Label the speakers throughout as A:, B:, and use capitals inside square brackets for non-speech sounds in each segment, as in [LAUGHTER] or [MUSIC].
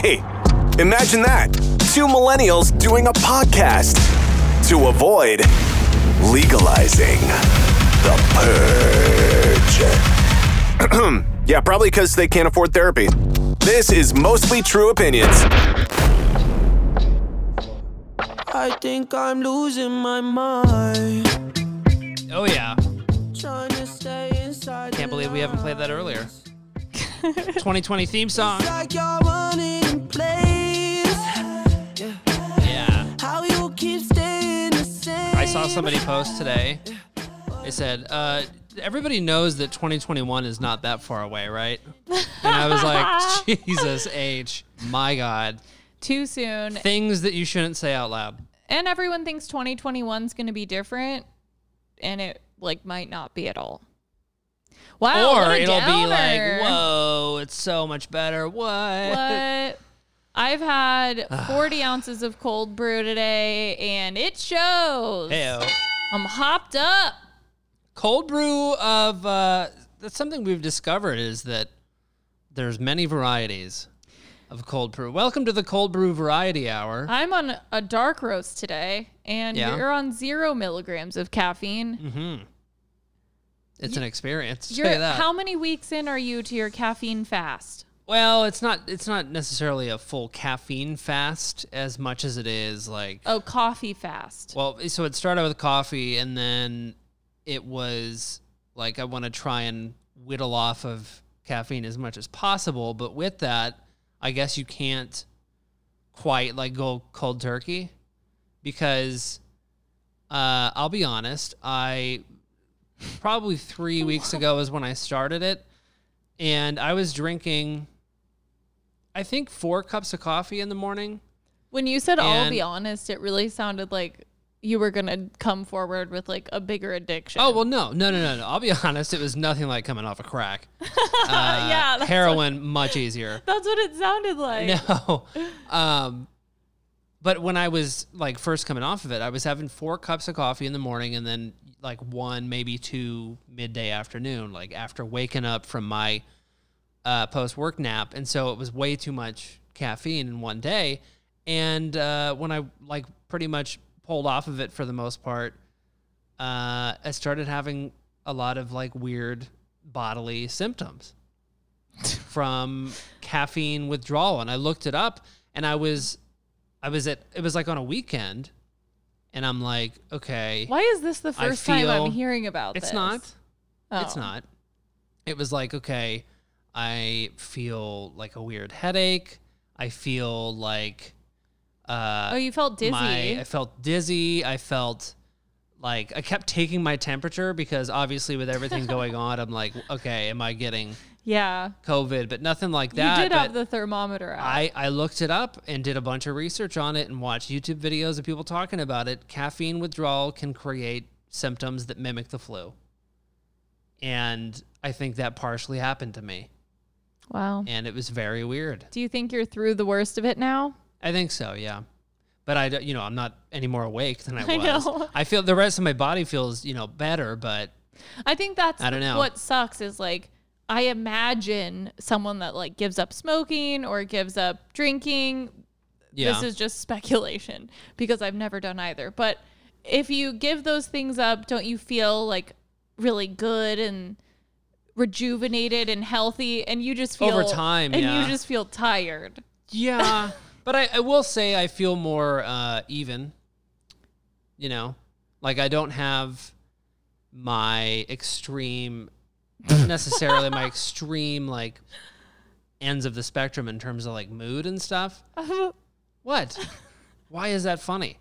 A: Hey, imagine that. Two millennials doing a podcast to avoid legalizing the purge. [CLEARS THROAT] yeah, probably because they can't afford therapy. This is Mostly True Opinions.
B: I think I'm losing my mind.
C: Oh yeah.
B: Trying to stay inside.
C: Can't believe we haven't played that earlier. 2020 theme song.
B: Like you're running in place.
C: Yeah.
B: How you keep staying the same.
C: I saw somebody post today. They said, uh, everybody knows that 2021 is not that far away, right? And I was like, Jesus H, my God.
D: Too soon.
C: Things that you shouldn't say out loud.
D: And everyone thinks 2021 is going to be different, and it like might not be at all. Wow. what
C: or
D: a
C: it'll be
D: downer.
C: like, whoa, it's so much better. What?
D: What?
C: [SIGHS]
D: I've had 40 ounces of cold brew today, and it shows.
C: Heyo.
D: I'm hopped up.
C: Cold brew of, uh, that's something we've discovered is that there's many varieties of cold brew. Welcome to the cold brew variety hour.
D: I'm on a dark roast today, and
C: Yeah. Mm-hmm.
D: you're on zero milligrams of caffeine.
C: It's an experience. I'll
D: You're,
C: tell you that.
D: How many weeks in are you to your caffeine fast?
C: Well, it's not it's not necessarily a full caffeine fast as much as it is like
D: Oh, coffee fast.
C: well, so it started with coffee and then it was like I want to try and whittle off of caffeine as much as possible, but with that, I guess you can't quite like go cold turkey because uh, I'll be honest, I probably three weeks ago is when I started it, and I was drinking, I think four cups of coffee in the morning.
D: When you said I'll be
C: And-
D: honest, it really sounded like you were gonna come forward with like a bigger addiction.
C: Oh well, no, no, no, no, no. I'll be [LAUGHS] honest, it was nothing like coming off a crack. Uh,
D: yeah, that's,
C: heroin much easier.
D: [LAUGHS] that's what it sounded like.
C: No. Um, but when I was like first coming off of it, I was having four cups of coffee in the morning and then like one, maybe two midday afternoon, like after waking up from my uh, post work nap. And so it was way too much caffeine in one day. And uh, when I like pretty much pulled off of it for the most part, uh, I started having a lot of like weird bodily
D: [LAUGHS]
C: symptoms from caffeine withdrawal and I looked it up and I was I was at it was like on a weekend and I'm like okay
D: Why is this the
C: I
D: first time
C: feel-
D: I'm hearing about
C: it's
D: this?
C: not it's
D: Oh.
C: not it was like okay I feel like a weird headache I feel like uh
D: Oh, you felt dizzy.
C: my I felt dizzy. I felt like I kept taking my temperature because obviously with
D: [LAUGHS]
C: everything going on, I'm like, okay, am I getting
D: yeah.
C: COVID? But nothing like that.
D: you did
C: but
D: have the thermometer out.
C: I, I looked it up and did a bunch of research on it and watched YouTube videos of people talking about it. Caffeine withdrawal can create symptoms that mimic the flu. And I think that partially happened to me.
D: wow.
C: And it was very weird.
D: Do you think you're through the worst of it now?
C: I think so, yeah. But I, don't- you know, I'm not any more awake than I was.
D: [LAUGHS] I
C: I,
D: know.
C: feel the rest of my body feels, you know, better, but
D: I think that's
C: I don't know.
D: what sucks is like I imagine someone that like gives up smoking or gives up drinking.
C: yeah,
D: This is just speculation [LAUGHS] because I've never done either. But if you give those things up, don't you feel like really good and rejuvenated and healthy and you just feel
C: Over time,
D: and
C: yeah.
D: you just feel tired.
C: [LAUGHS]
D: [LAUGHS]
C: yeah. but I, I will say I feel more uh, even. You know, like I don't have my extreme, necessarily
D: [LAUGHS]
C: my extreme like ends of the spectrum in terms of like mood and stuff.
D: [LAUGHS]
C: What? Why is that funny?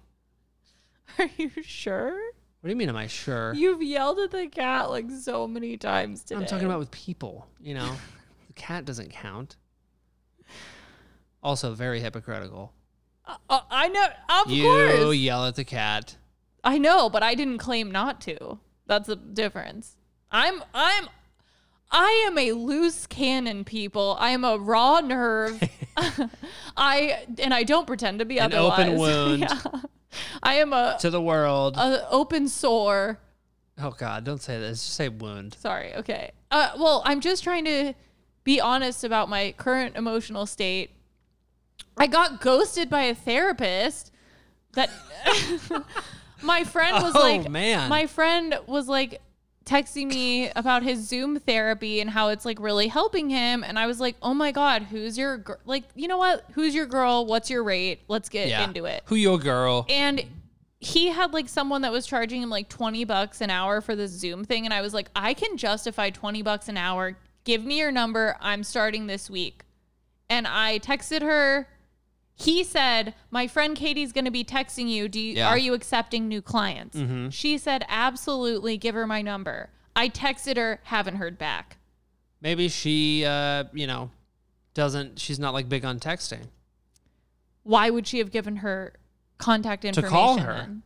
D: Are you sure?
C: What do you mean? Am I sure?
D: You've yelled at the cat like so many times today.
C: I'm talking about with people, you know. the cat doesn't count. Also, very hypocritical.
D: Uh, I know, of
C: you
D: course.
C: yell at the cat.
D: I know, but I didn't claim not to. That's the difference. I'm I'm I am a loose cannon, people. I am a raw
C: [LAUGHS]
D: nerve. [LAUGHS] I and I don't pretend to be
C: An
D: otherwise. [LAUGHS]
C: open wound.
D: Yeah. I am a,
C: To the world.
D: a open sore.
C: oh, God. Don't say that. Just say wound.
D: Sorry. Okay. Uh, well, I'm just trying to be honest about my current emotional state. I got ghosted by a therapist that [LAUGHS] my friend was
C: Oh,
D: like,
C: man.
D: my friend was like texting me about his Zoom therapy and how it's like really helping him. And I was like, oh my God, who's your, gir-? like, you know what? Who's your girl? What's your rate? Let's get
C: Yeah.
D: into it
C: Who your girl?
D: and he had like someone that was charging him like 20 bucks an hour for this zoom thing and i was like i can justify 20 bucks an hour give me your number i'm starting this week and i texted her he said my friend katie's going to be texting you do you
C: Yeah. Mm-hmm.
D: are you accepting new clients she said absolutely give her my number i texted her haven't heard back
C: Maybe she, uh, you know, doesn't, she's not like big on texting.
D: why would she have given her contact
C: To
D: information
C: call her.
D: then?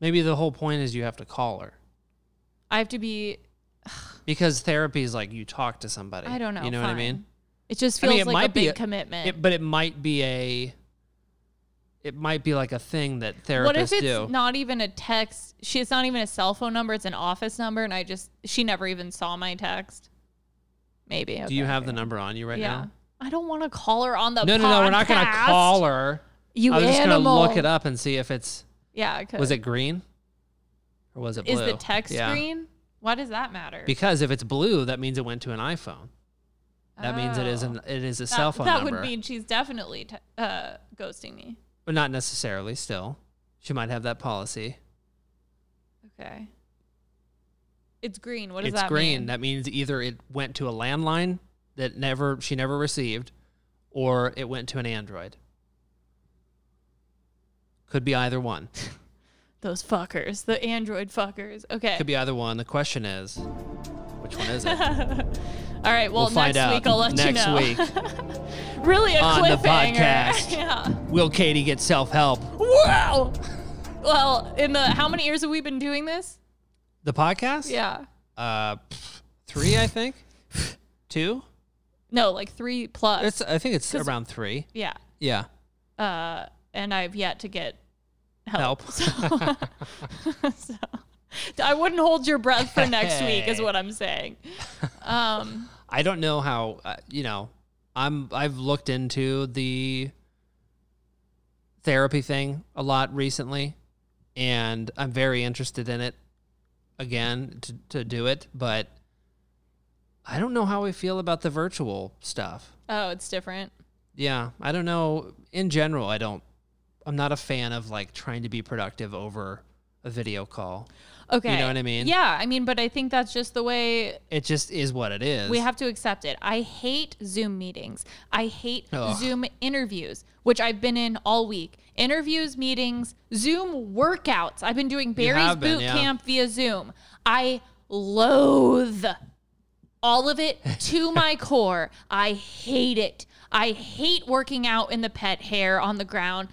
C: Maybe the whole point is you have to call her
D: i have to be
C: because therapy is like you talk to somebody.
D: i don't know
C: You know what I
D: fine.
C: mean?
D: it just
C: I mean,
D: feels
C: it
D: like
C: might
D: a
C: be
D: big
C: a-
D: commitment
C: It, but it might be a, it might be like a thing that therapists
D: What if it's
C: do.
D: not even a text? She it's not even a cell phone number. It's an office number, and I just she never even saw my text. Maybe.
C: do you have the number on you right
D: Yeah.
C: now?
D: I don't want to call her on the.
C: No, no, no. We're not going to
D: podcast.
C: call her.
D: You
C: I was just
D: animal.
C: gonna look it up and see if it's
D: Yeah, I could.
C: was it green or was it blue?
D: Is the text
C: Yeah.
D: green? Why does that matter?
C: Because if it's blue, that means it went to an iPhone. That means it is
D: Oh.
C: an it is a
D: that,
C: cell phone
D: That
C: number,
D: would mean she's definitely te- uh, ghosting me.
C: but not necessarily. Still, she might have that policy.
D: Okay. It's green. What does
C: it's
D: that
C: green.
D: mean?
C: That means either it went to a landline that never she never received, or it went to an Android. Could be either one.
D: Those fuckers, the Android fuckers. Okay.
C: Could be either one. The question is, which one is it?
D: [LAUGHS] All right. Well,
C: we'll find
D: next
C: out
D: week I'll let
C: next
D: you know.
C: week.
D: [LAUGHS] really a
C: on the
D: cliffhanger.
C: podcast.
D: [LAUGHS] yeah.
C: Will Katie get self help?
D: Wow. Well, in the how many years have we been doing this?
C: The podcast?
D: Yeah.
C: Uh, pff, three, I think. Two.
D: No, like three plus.
C: It's. I think it's around three.
D: yeah.
C: Yeah.
D: Uh, and I've yet to get help.
C: Help.
D: [LAUGHS] so I wouldn't hold your breath for
C: [LAUGHS]
D: next week, is
C: Hey.
D: what I'm
C: [LAUGHS]
D: saying. Um,
C: I don't know how. Uh, you know, I'm. I've looked into the therapy thing a lot recently, and I'm very interested in it. Again, to to do it, but I don't know how I feel about the virtual stuff.
D: oh, it's different.
C: Yeah, I don't know. In general, I don't. I'm not a fan of like trying to be productive over a video call.
D: Okay.
C: what I mean?
D: Yeah. I mean, but I think that's just the way
C: It just is what it is.
D: We have to accept it. I hate Zoom meetings. I hate
C: Ugh.
D: Zoom interviews, which I've been in all week. Interviews, meetings, Zoom workouts. I've been doing Barry's
C: have been,
D: boot
C: yeah.
D: camp via Zoom. I loathe all
C: [LAUGHS]
D: of it to my core. I hate it. I hate working out in the pet hair on the ground.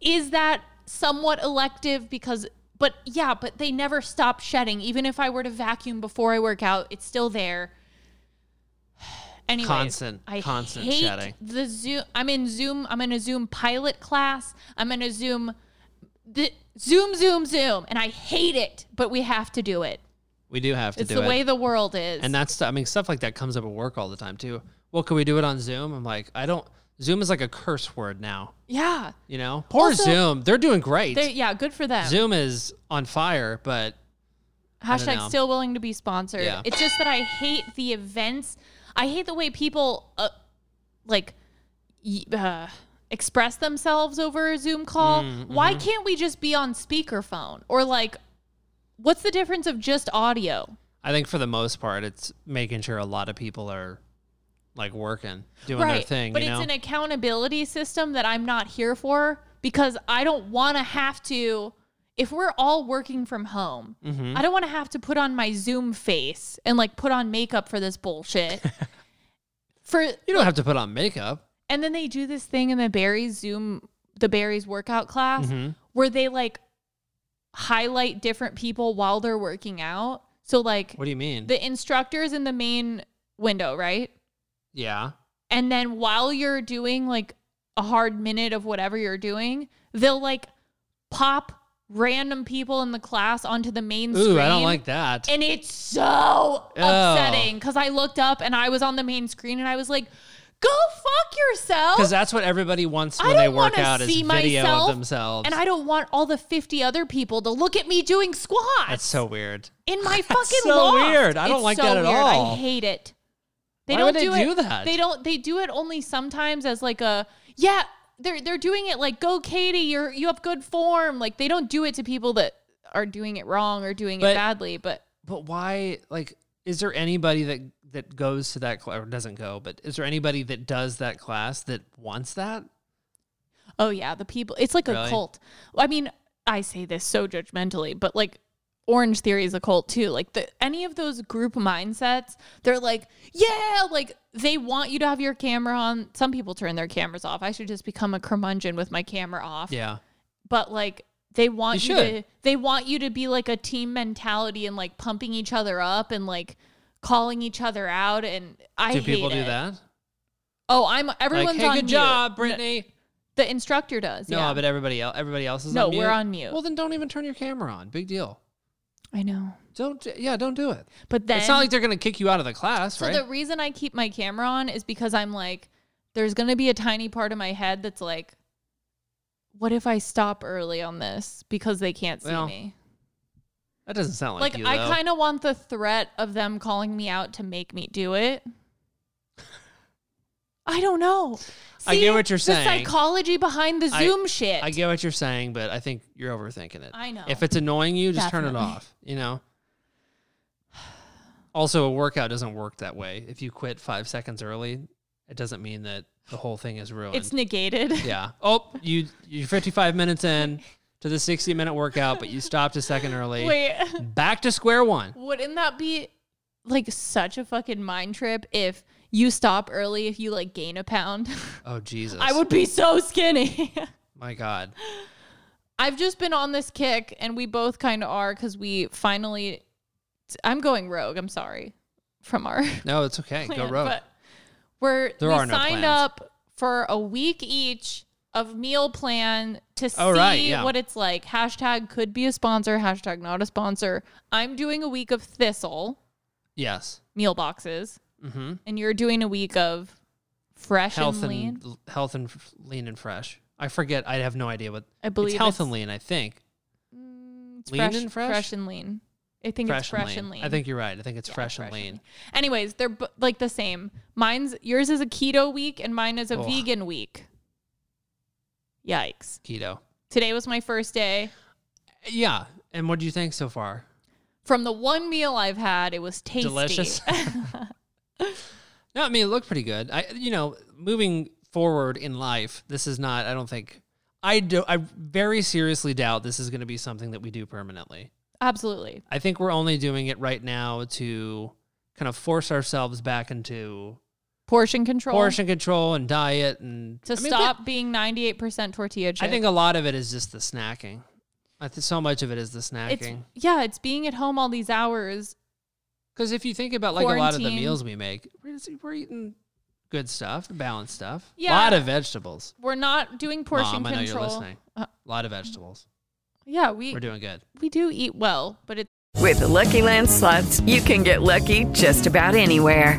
D: Is that somewhat elective? Because, but yeah, but they never stop shedding. Even if I were to vacuum before I work out, it's still there. Anyways,
C: Constant-
D: I
C: constant
D: hate
C: shedding.
D: The Zoom. I'm in Zoom. I'm in a Zoom pilot class. I'm in a Zoom. The Zoom, Zoom, Zoom, and I hate it. But we have to do it.
C: We do have to
D: It's
C: do
D: the
C: it.
D: way the world is.
C: and that's. I mean, stuff like that comes up at work all the time too. Well, can we do it on Zoom? I'm like, I don't. Zoom is like a curse word now.
D: yeah.
C: You know, poor
D: Also-
C: Zoom. They're doing great.
D: They- yeah, good for them.
C: Zoom is on fire, but don't know.
D: Hashtag still willing to be sponsored.
C: Yeah.
D: It's just that I hate the events. I hate the way people uh, like y- uh, express themselves over a Zoom call.
C: Mm,
D: Why
C: mm-hmm.
D: can't we just be on speakerphone or like, what's the difference of just audio?
C: I think for the most part, it's making sure a lot of people are like working, doing their thing.
D: but
C: you
D: it's
C: know?
D: an accountability system that I'm not here for because I don't want to have to. If we're all working from home,
C: Mm-hmm.
D: I don't want
C: [LAUGHS]
D: to have to put on my Zoom face and like put on makeup for this bullshit. for
C: You don't have to put on makeup.
D: and then they do this thing in the Barry's Zoom, the Barry's workout class,
C: Mm-hmm.
D: where they like highlight different people while they're working out. So like
C: What do you mean?
D: the instructor is in the main window, right?
C: yeah.
D: And then while you're doing like a hard minute of whatever you're doing, they'll like pop random people in the class onto the main
C: Ooh,
D: screen.
C: I don't like that.
D: And it's so upsetting because I looked up and I was on the main screen and I was like, go fuck yourself.
C: Because that's what everybody wants
D: I
C: when they
D: don't
C: work
D: want
C: out
D: to
C: is
D: see
C: video
D: myself,
C: of themselves.
D: And I don't want all the 50 other people to look at me doing squats.
C: that's so weird. [LAUGHS]
D: in my fucking
C: so
D: loft.
C: weird. I don't
D: It's
C: like
D: so
C: that at
D: weird.
C: all.
D: I hate it. They
C: Why
D: don't
C: would they
D: do,
C: do
D: it.
C: that?
D: They don't they do it only sometimes as like a yeah, they're they're doing it like go Katie, you're you have good form. Like they don't do it to people that are doing it wrong or doing
C: But-
D: it badly, but
C: But why? Like, is there anybody that that goes to that class or doesn't go? But is there anybody that does that class that wants that?
D: Oh yeah, the people. It's like
C: Really?
D: a cult. I mean, I say this so judgmentally, but like Orange Theory is a cult too. Like the any of those group mindsets, they're like, yeah, like they want you to have your camera on. Some people turn their cameras off. I should just become a curmudgeon with my camera off.
C: Yeah.
D: But like they want
C: You
D: you,
C: should.
D: to they want you to be like a team mentality and like pumping each other up and like calling each other out and I
C: do people
D: hate
C: do
D: it.
C: that?
D: Oh, I'm everyone's
C: like, hey,
D: on
C: good
D: mute.
C: job, Brittany.
D: The instructor does.
C: No,
D: yeah.
C: but everybody else, everybody else is
D: No,
C: on mute.
D: we're on mute.
C: Well, then don't even turn your camera on. Big deal.
D: I know.
C: Don't. Yeah, don't do it.
D: But then
C: it's not like they're gonna kick you out of the class,
D: So
C: right?
D: the reason I keep my camera on is because I'm like, there's gonna be a tiny part of my head that's like, what if I stop early on this because they can't see
C: Well,
D: me?
C: that doesn't sound like,
D: Like
C: you.
D: I
C: though.
D: kind of want the threat of them calling me out to make me do it. I don't know.
C: I get what you're saying.
D: The psychology behind the
C: I-
D: Zoom shit.
C: I get what you're saying, but I think you're overthinking it.
D: I know.
C: If it's annoying you, just turn it
D: Definitely.
C: off. You know. [SIGHS] Also, a workout doesn't work that way. If you quit five seconds early, it doesn't mean that the whole thing is ruined.
D: It's negated.
C: yeah. Oh, you you're 55 minutes in to the 60 minute workout, but you stopped a second early.
D: [LAUGHS] Wait.
C: Back to square one.
D: Wouldn't that be like such a fucking mind trip if you stop early if you like gain a pound? [LAUGHS]
C: Oh Jesus.
D: I would be so skinny. [LAUGHS]
C: My God.
D: I've just been on this kick, and we both kind of are because we finally. I'm going rogue. I'm sorry from our [LAUGHS]
C: No, it's okay. Go
D: plan,
C: rogue.
D: but we're
C: There
D: we
C: are no
D: signed
C: plans.
D: up for a week each of meal plan to see
C: Oh, right, yeah.
D: what it's like. Hashtag could be a sponsor. Hashtag not a sponsor. I'm doing a week of Thistle
C: yes.
D: meal boxes,
C: Mm-hmm.
D: and you're doing a week of Fresh
C: Health
D: and Lean.
C: and health and f- lean and fresh. I forget. I have no idea what.
D: I believe
C: it's health
D: it's-
C: and lean. I think.
D: It's
C: Lean and fresh?
D: and lean. I think it's fresh and lean.
C: I think you're right. I think it's fresh, and lean.
D: Anyways, they're bu- like the same. Mine's yours is a keto week and mine is a
C: Ugh.
D: vegan week. Yikes.
C: Keto.
D: Today was my first day.
C: Yeah. And what do you think so far?
D: From the one meal I've had, it was tasty.
C: Delicious. No, I mean it looked pretty good. I, you know, moving forward in life, this is not. I don't think. I do. I very seriously doubt this is going to be something that we do permanently.
D: [LAUGHS] Absolutely.
C: I think we're only doing it right now to kind of force ourselves back into
D: Portion control.
C: portion control and diet and
D: To
C: I mean, but
D: stop being 98% tortilla chip.
C: I think a lot of it is just the snacking. I think so much of it is the
D: it's
C: snacking.
D: yeah, it's being at home all these hours.
C: Because if you think about like a lot of the
D: Quarantine.
C: meals we make, we're, just- we're eating good stuff, balanced stuff. A
D: Yeah.
C: lot of vegetables.
D: We're not doing portion
C: Mom, I know you're
D: control.
C: listening.
D: Uh,
C: A lot of vegetables.
D: yeah, we
C: We're doing good.
D: we do eat well, but it's
E: With the Lucky Land slots, you can get lucky just about anywhere.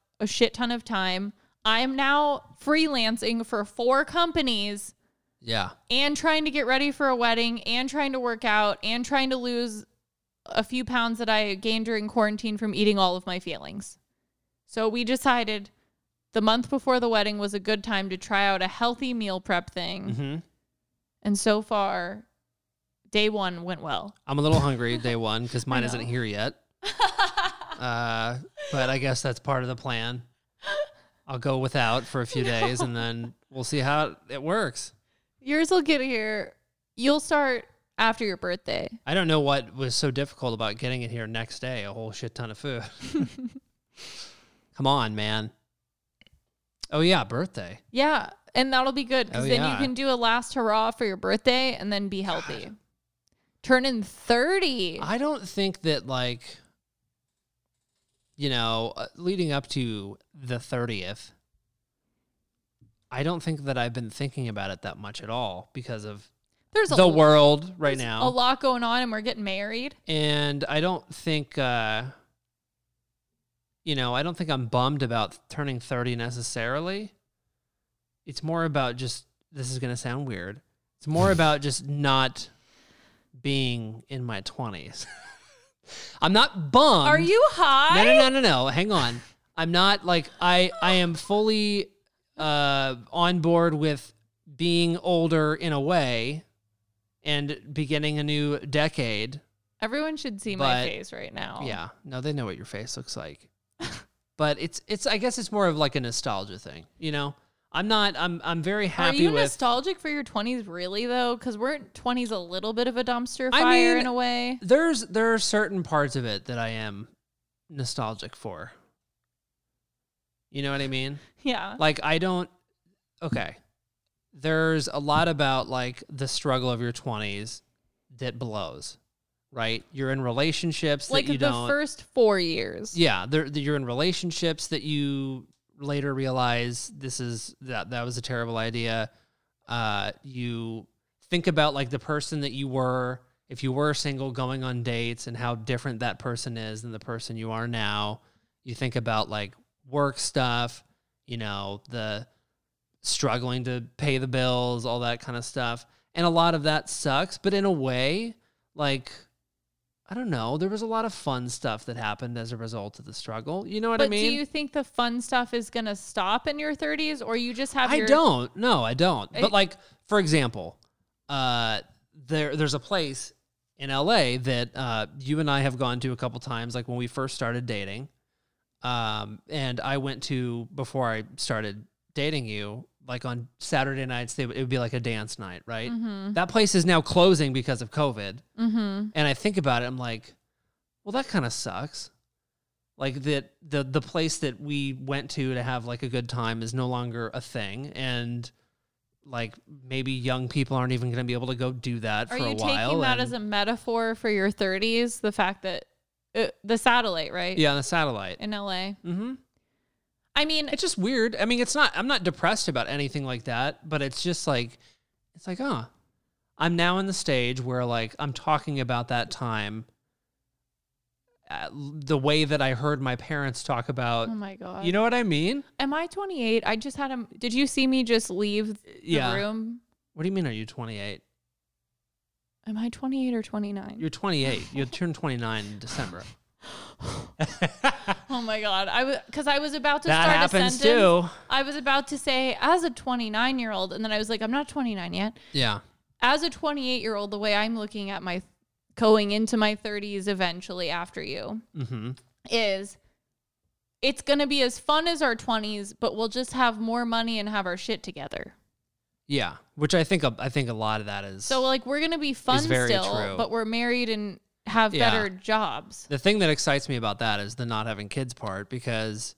D: a shit ton of time. I'm now freelancing for four companies
C: Yeah.
D: and trying to get ready for a wedding and trying to work out and trying to lose a few pounds that I gained during quarantine from eating all of my feelings. So we decided the month before the wedding was a good time to try out a healthy meal prep thing.
C: Mm-hmm.
D: And so far, day one went well.
C: I'm a little hungry
D: [LAUGHS]
C: day one because mine isn't
D: know.
C: here yet.
D: [LAUGHS]
C: uh, but I guess that's part of the plan. I'll go without for a
D: [LAUGHS]
C: few days and then we'll see how it works.
D: Yours will get here. You'll start after your birthday.
C: I don't know what was so difficult about getting it here next day, a whole shit ton of
D: [LAUGHS]
C: food. Come on, man. Oh, yeah, birthday.
D: Yeah. And that'll be good because
C: Oh,
D: then
C: yeah.
D: you can do a last hurrah for your birthday and then be healthy. Turn in 30.
C: I don't think that like you know, uh, leading up to the 30th I don't think that I've been thinking about it that much at all because of
D: there's a
C: the
D: lot-
C: world right
D: there's
C: now.
D: A lot going on and we're getting married.
C: And I don't think uh you know, I don't think I'm bummed about turning 30 necessarily. It's more about just this is going to sound weird. It's more
D: [LAUGHS]
C: about just not being in my 20s. [LAUGHS] I'm not bummed.
D: Are you high?
C: Um, No, no, no, no, no. Hang on. I'm not like I. I am fully uh, on board with being older in a way, and beginning a new decade.
D: Everyone should see my
C: But-
D: face right now.
C: Yeah. No, they know what your face looks like. [LAUGHS] but it's it's. I guess it's more of like a nostalgia thing. You know, I'm not. I'm I'm very happy
D: Are you
C: with.
D: nostalgic for your 20s, really, though? Because weren't 20s a little bit of a dumpster
C: I
D: fire
C: mean-
D: in a way?
C: there's there are certain parts of it that I am nostalgic for. You know what I mean?
D: Yeah.
C: like I don't okay. There's a lot about like the struggle of your 20s that blows, right? You're in relationships that
D: Like
C: you
D: the
C: don't
D: first four years.
C: Yeah, there that you're in relationships that you later realize this is that that was a terrible idea. Uh you think about like the person that you were if you were single going on dates and how different that person is than the person you are now. You think about like work stuff, you know, the struggling to pay the bills, all that kind of stuff. And a lot of that sucks, but in a way, like I don't know, there was a lot of fun stuff that happened as a result of the struggle. You know what
D: But
C: I mean?
D: do you think the fun stuff is going to stop in your 30s or you just have
C: I
D: your Eh.
C: don't. No, I don't.
D: I-
C: But like, for example, uh, there there's a place in LA that uh, you and I have gone to a couple times. Like when we first started dating, um, and I went to before I started dating you. Like on Saturday nights, they, would- it would be like a dance night, right? That place is now closing because of COVID.
D: Mm-hmm.
C: And I think about it, I'm like, well, that kind of sucks. Like that the the place that we went to to have like a good time is no longer a thing, and like maybe young people aren't even going to be able to go do that for
D: Are you
C: a while.
D: taking that
C: and-
D: as a metaphor for your 30s? The fact that uh, the satellite, right?
C: yeah, on the satellite.
D: In LA.
C: hmm
D: I mean,
C: It's just weird. I mean, it's not. I'm not depressed about anything like that, but it's just like, it's like, ah, I'm now in the stage where like I'm talking about that time, uh, the way that I heard my parents talk about.
D: oh my God.
C: You know what I mean?
D: am I 28? I just had a. Did you see me just leave the
C: Yeah.
D: room?
C: What do you mean? Are you 28?
D: Am I 28 or 29?
C: You're 28. You'll turn 29 in December.
D: Oh my god! I was because I was about to
C: That
D: start
C: happens
D: a sentence.
C: too.
D: I was about to say as a 29 year old, and then I was like, I'm not 29 yet.
C: Yeah.
D: As a 28 year old, the way I'm looking at my going into my 30s eventually after you
C: Mm-hmm.
D: is it's gonna be as fun as our 20s, but we'll just have more money and have our shit together.
C: Yeah. Which I think a, I think a lot of that is.
D: So like we're gonna be fun
C: very
D: still,
C: true.
D: but we're married and have
C: Yeah.
D: better jobs.
C: the thing that excites me about that is the not having kids part because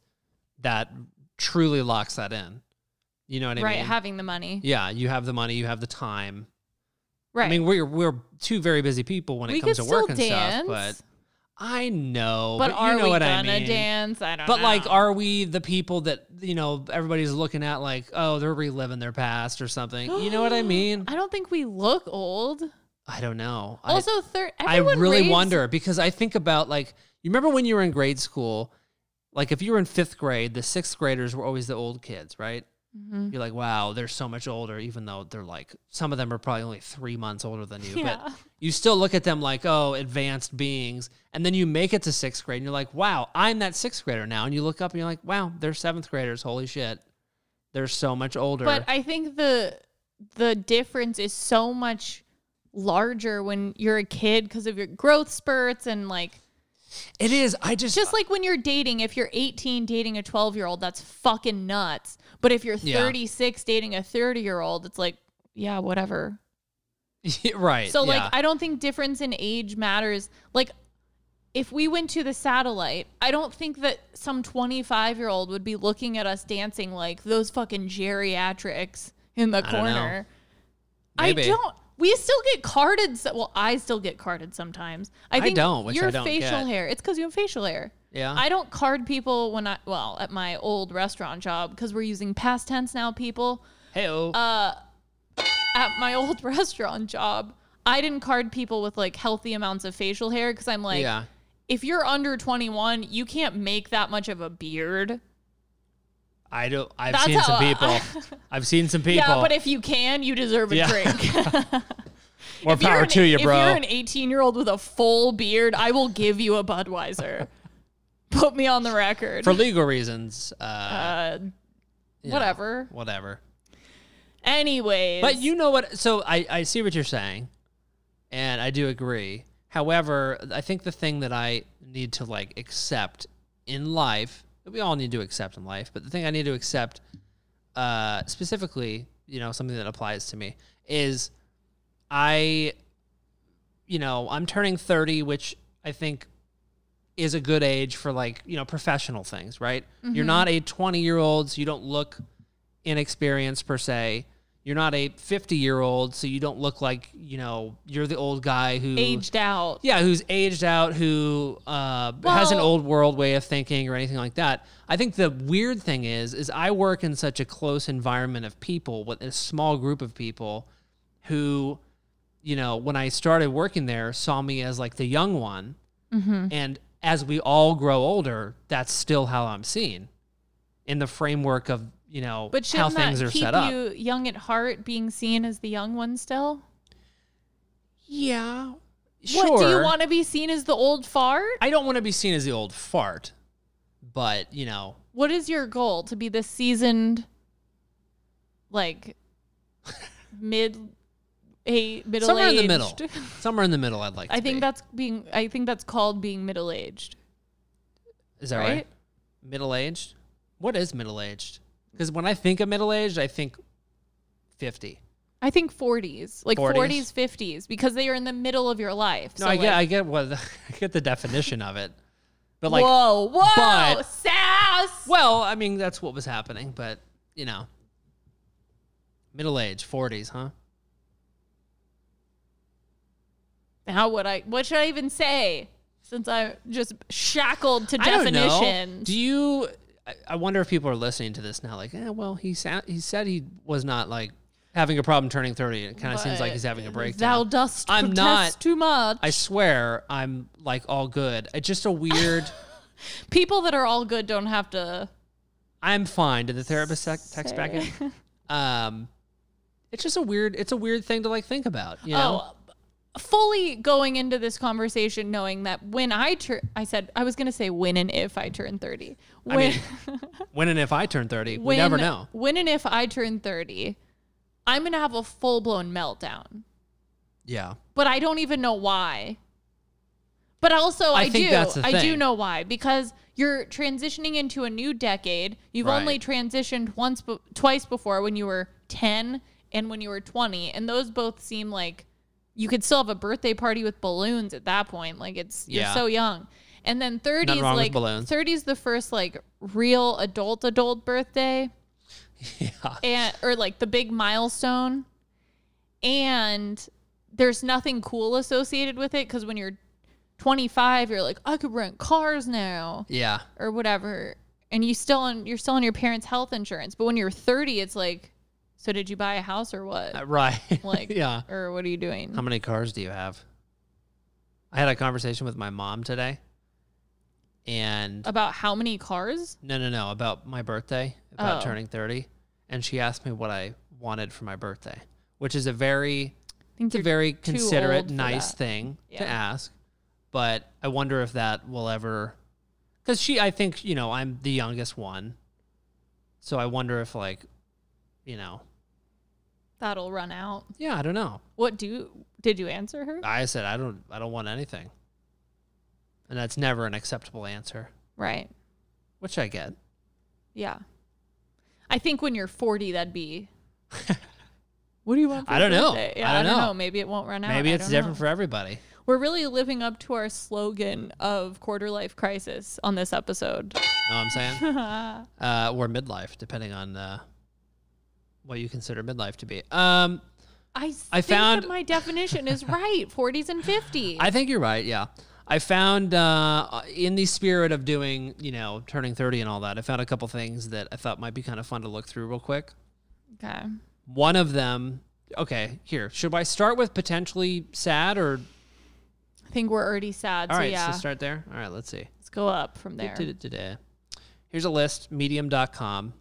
C: that truly locks that in. You know what I
D: right,
C: mean?
D: having the money.
C: yeah. You have the money. You have the time.
D: Right.
C: I mean, we're we're two very busy people when
D: We
C: it comes to
D: could
C: work and
D: still dance.
C: stuff. But I know.
D: but, are
C: you know
D: we
C: what
D: gonna
C: I mean.
D: dance? I don't
C: But
D: know.
C: like, are we the people that you know everybody's looking at like, oh, they're reliving their past or something? You know what I mean?
D: I don't think we look old.
C: I don't know. I-
D: also, thir-
C: I,
D: everyone
C: really
D: raves-
C: wonder because I think about like, you remember when you were in grade school? Like, if you were in fifth grade, the sixth graders were always the old kids, right?
D: Mm-hmm.
C: You're like, wow, they're so much older, even though they're like, some of them are probably only three months older than you.
D: Yeah.
C: But you still look at them like, oh, advanced beings. And then you make it to sixth grade and you're like, wow, I'm that sixth grader now. And you look up and you're like, wow, they're seventh graders. Holy shit. They're so much older.
D: But I think the the difference is so much larger when you're a kid because of your growth spurts and like
C: it is. I just,
D: just like when you're dating if you're 18 dating a 12 year old that's fucking nuts but if you're
C: Yeah.
D: 36 dating a 30 year old it's like yeah whatever
C: [LAUGHS] right.
D: so
C: yeah.
D: like I don't think difference in age matters. Like if we went to the satellite, I don't think that some 25 year old would be looking at us dancing like those fucking geriatrics in the
C: I don't know.
D: corner.
C: Maybe.
D: I don't. We still get carded. So, well, I still get carded sometimes. I think
C: don't, which I
D: your
C: don't
D: facial
C: get.
D: hair. It's because you have facial hair.
C: Yeah.
D: I don't card people when I well at my old restaurant job because we're using past tense now. People
C: hey,
D: Uh, at my [LAUGHS] old restaurant job, I didn't card people with like healthy amounts of facial hair because I'm like,
C: yeah.
D: if you're under 21, you can't make that much of a beard.
C: I don't, I've
D: That's
C: seen some
D: how-
C: people.
D: [LAUGHS]
C: I've seen some people.
D: Yeah, but if you can, you deserve a
C: Yeah.
D: drink. [LAUGHS]
C: More
D: If you're
C: power
D: an-
C: to you, bro.
D: If you're an 18 year old with a full beard, I will give you a Budweiser. [LAUGHS] Put me on the record.
C: For legal reasons. Uh,
D: uh,
C: you know,
D: whatever.
C: whatever.
D: Anyways,
C: But you know what? So I, I see what you're saying, and I do agree. However, I think the thing that I need to like accept in life that we all need to accept in life, but the thing I need to accept uh, specifically, you know, something that applies to me is I, you know, I'm turning 30, which I think is a good age for like you know professional things, right? You're not a 20 year old, so you don't look inexperienced per se. You're not a 50 year old, so you don't look like you know you're the old guy who
D: aged out.
C: yeah, who's aged out, who uh, has an
D: Well-
C: old world way of thinking or anything like that. I think the weird thing is, is I work in such a close environment of people with a small group of people who, you know, when I started working there, saw me as like the young one,
D: Mm-hmm.
C: and as we all grow older, that's still how I'm seen in the framework of you know
D: But
C: how
D: shouldn't
C: things
D: that
C: are
D: keep
C: set up.
D: you young at heart, being seen as the young one still?
C: yeah,
D: What do you want to be seen as the old fart?
C: I don't want to be seen as the old fart, but you know,
D: what is your goal to be the seasoned
C: [LAUGHS]
D: like mid a middle
C: somewhere
D: aged
C: in the middle. [LAUGHS] Somewhere in the middle, I'd like. To
D: I think
C: be.
D: that's being I think that's called being middle aged.
C: is that right.
D: right?
C: Middle aged. What is middle aged? Because when I think of middle aged, I think fifty.
D: I think forties. Like
C: 40s?
D: forties, fifties, because they are in the middle of your life.
C: No,
D: so
C: I get, I
D: like,
C: get what, I get the [LAUGHS] definition of it, but like,
D: Whoa, whoa,
C: but-
D: sass.
C: well, I mean, that's what was happening, but you know, middle age, forties, huh?
D: How would I what should I even say? Since I'm just shackled to
C: I don't know.
D: definitions.
C: Do you? I- I wonder if people are listening to this now. Like, eh, well, he sa- he said he was not like having a problem turning thirty. It kind of seems like he's having a
D: Thou
C: breakdown.
D: dost
C: I'm
D: protest
C: not-
D: too much.
C: I swear, I'm like all good. It's just a
D: [LAUGHS]
C: weird.
D: People that are all good don't have to
C: I'm fine. Did the therapist sec- text back in?
D: [LAUGHS]
C: Um, it's just a weird. It's a weird thing to like think about. You know.
D: Oh, fully going into this conversation knowing that when I turn, I said I was going to say when and if I turn thirty. When,
C: mean, When and if I turn thirty, we never know.
D: Oh. When and if I turn thirty, I'm going to have a full blown meltdown,
C: Yeah.
D: but I don't even know why. But also,
C: I
D: I,
C: think
D: do.
C: that's the
D: I do
C: thing.
D: know why because you're transitioning into a new decade. You've
C: Right.
D: only transitioned once, be- twice before when you were ten and when you were twenty, and those both seem like you could still have a birthday party with balloons at that point. Like it's
C: Yeah.
D: you're so young. And then 30s
C: wrong with
D: like
C: balloons.
D: 30s the first like real adult adult birthday
C: [LAUGHS] Yeah.
D: and or like the big milestone. And there's nothing cool associated with it cuz when you're 25 you're like I could rent cars now
C: Yeah.
D: or whatever and you still on you're still on your parents health insurance. But when you're 30 it's like so did you buy a house or what?
C: Uh, Right.
D: [LAUGHS]
C: [LAUGHS]
D: Like
C: yeah.
D: or what are you doing?
C: How many cars do you have? I had a conversation with my mom today, and
D: about how many cars?
C: no, no, no, about my birthday, about
D: Oh.
C: turning thirty, and and she asked me what I wanted for my birthday, which is a very
D: think
C: it's a
D: you're
C: very
D: too
C: considerate,
D: old for
C: nice
D: that.
C: thing
D: Yeah.
C: to ask. But I wonder if that will ever, because she, I think you know, I'm the youngest one, so I wonder if like, you know,
D: That'll run out.
C: yeah, I don't know.
D: What do you, did you answer her?
C: I said I don't, I don't want anything, and that's never an acceptable answer,
D: Right.
C: which I get.
D: Yeah. I think when you're 40, that'd be. [LAUGHS] what do you want? For
C: I don't
D: your
C: know.
D: birthday?
C: I
D: Yeah, I
C: don't
D: don't
C: know.
D: know. Maybe it won't run out.
C: Maybe
D: I
C: it's
D: don't
C: different
D: know.
C: for everybody.
D: We're really living up to our slogan of quarter life crisis on this episode.
C: Know what I'm
D: [LAUGHS]
C: saying? uh, or midlife, depending on uh, what you consider midlife to be. Um,
D: I,
C: I
D: think
C: found-
D: that my definition is [LAUGHS] right. 40s and 50s.
C: I think you're right. Yeah. I found uh, in the spirit of doing, you know, turning 30 and all that, I found a couple things that I thought might be kind of fun to look through real quick.
D: okay.
C: One of them, okay, here. Should I start with potentially sad or?
D: I think we're already sad.
C: All
D: so
C: right,
D: yeah,
C: so start there. All right, let's see.
D: let's go up from there.
C: Da-da-da-da. Here's a list medium.com.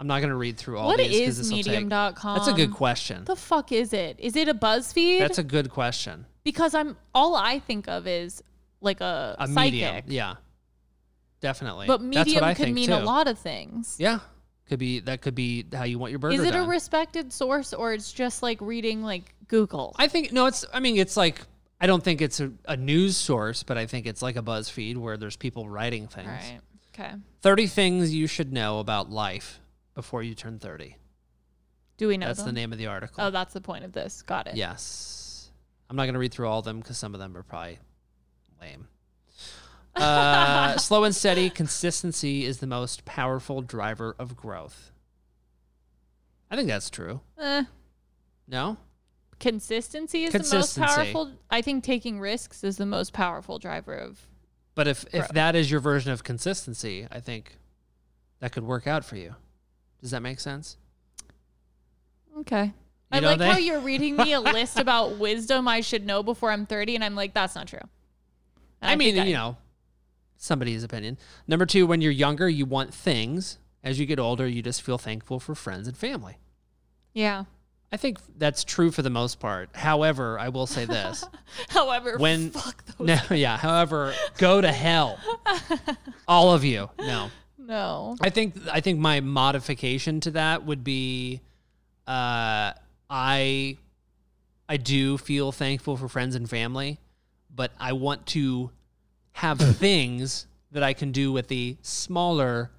C: I'm not going to read through all
D: What
C: these. 'cause
D: is
C: this will take-
D: medium.com?
C: That's a good question.
D: the fuck is it? Is it a BuzzFeed?
C: That's a good question.
D: because I'm all I think of is like a,
C: A
D: psychic.
C: medium. Yeah. Definitely.
D: But
C: That's what I
D: medium could
C: think,
D: mean a
C: too.
D: lot of things.
C: Yeah. Could be that could be how you want your burger
D: Is it a
C: done.
D: respected source or it's just like reading like Google?
C: I think no, it's I mean it's like I don't think it's a, a news source, but I think it's like a BuzzFeed where there's people writing things.
D: all right. Okay.
C: 30 things you should know about life before you turn 30.
D: Do we know
C: That's the
D: them?
C: name of the article.
D: Oh, that's the point of this. Got it.
C: Yes. I'm not going to read through all of them because some of them are probably
D: [LAUGHS]
C: lame. Uh, slow and steady consistency is the most powerful driver of growth. I think that's true.
D: Eh,
C: No?
D: consistency is the most
C: Consistency.
D: powerful. I think taking risks is the most powerful driver of.
C: But if, if
D: Growth.
C: that is your version of consistency, I think that could work out for you. Does that make sense?
D: Okay. I
C: know
D: like how
C: they-
D: you're
C: [LAUGHS]
D: reading me a list about wisdom I should know before I'm 30, and I'm like, that's not true. And
C: I, mean,
D: think
C: you know, somebody's opinion. Number two, when you're younger, you want things. As you get older, you just feel thankful for friends and family.
D: Yeah.
C: I think that's true for the most part. However, I will say
D: [LAUGHS]
C: this.
D: However,
C: when
D: fuck those.
C: [LAUGHS] no, yeah. However, go to
D: [LAUGHS]
C: hell, all of you. No,
D: No.
C: I think I think my modification to that would be, uh, I, I do feel thankful for friends and family, but I want to have things that I can do with the smaller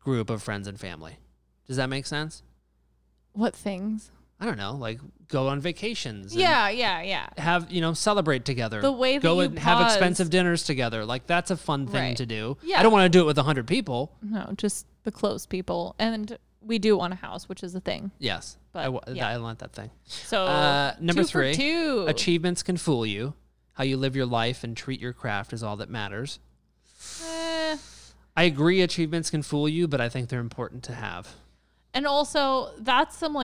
C: group of friends and family. Does that make sense?
D: What things?
C: I don't know, like go on vacations. and
D: Yeah, yeah, yeah.
C: have you know celebrate together.
D: The way that
C: go
D: you
C: and have expensive
D: pause-
C: dinners together, like that's a fun thing
D: Right.
C: to do. I
D: Yeah.
C: don't want to do it with hundred people.
D: No, just the close people. And we do want a house, which is a thing.
C: Yes,
D: But,
C: I, wa-
D: yeah.
C: I want that thing.
D: So
C: Uh, number
D: two for
C: three,
D: two.
C: achievements can fool you. How you live your life and treat your craft is all that matters.
D: Eh.
C: I agree, achievements can fool you, but I think they're important to have.
D: And also, that's some like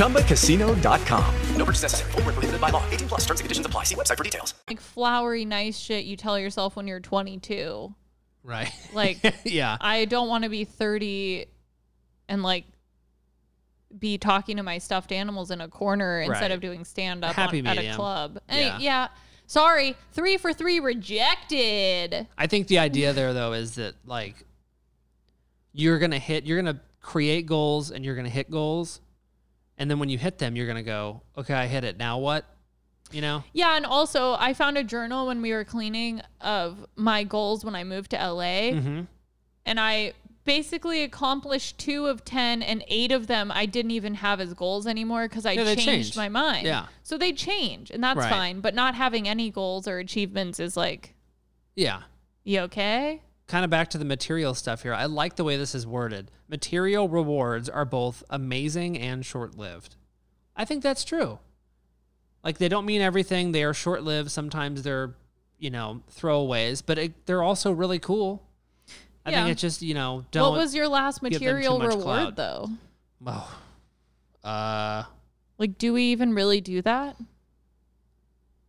F: ChumbaCasino.com. No purchase necessary. Void where prohibited by law. 18 plus terms and conditions apply. See website for details.
D: flowery, nice shit you tell yourself when you're 22.
C: Right? [LAUGHS]
D: Like,
C: yeah.
D: I don't want to be 30 and like be talking to my stuffed animals in a corner
C: Right.
D: instead of doing stand up
C: Happy
D: at a
C: medium.
D: club. And
C: Yeah.
D: yeah. Sorry, three for three rejected.
C: I think the idea there though is that like you're gonna hit you're gonna create goals and you're gonna hit goals. And then when you hit them, you're gonna go, Okay, I hit it. Now what? You know?
D: Yeah, and also I found a journal when we were cleaning of my goals when I moved to LA.
C: Mhm.
D: And I basically accomplished 2 of 10 and 8 of them I didn't even have as goals anymore cuz I
C: Yeah, they
D: changed,
C: changed.
D: my mind.
C: Yeah.
D: So they change and that's
C: Right.
D: fine, but not having any goals or achievements is like,
C: Yeah.
D: you okay?
C: kind of back to the material stuff here. I like the way this is worded. Material rewards are both amazing and short lived. I think that's true. Like they don't mean everything. They are short lived. Sometimes they're, you know, throwaways, but it, they're also really cool. I
D: Yeah.
C: think it's just you know don't.
D: what was your last
C: give them too
D: material
C: much clout.
D: reward though?
C: [SIGHS] Oh, uh,
D: Like do we even really do that?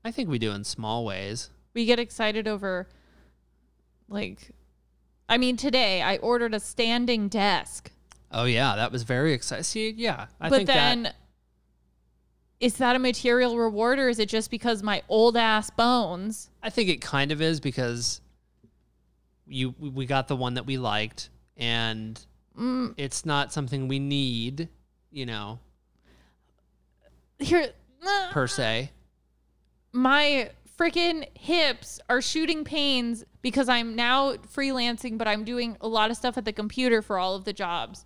C: I think we do in small ways.
D: we get excited over like i mean today i ordered a standing desk
C: Oh yeah, that was very exciting. See, yeah, I
D: but
C: think
D: then
C: that.
D: is that a material reward or is it just because my old ass bones
C: I think it kind of is because you we- we got the one that we liked and
D: Mm.
C: it's not something we need, you know,
D: here
C: per se.
D: my freaking hips are shooting pains because i'm now freelancing but i'm doing a lot of stuff at the computer for all of the jobs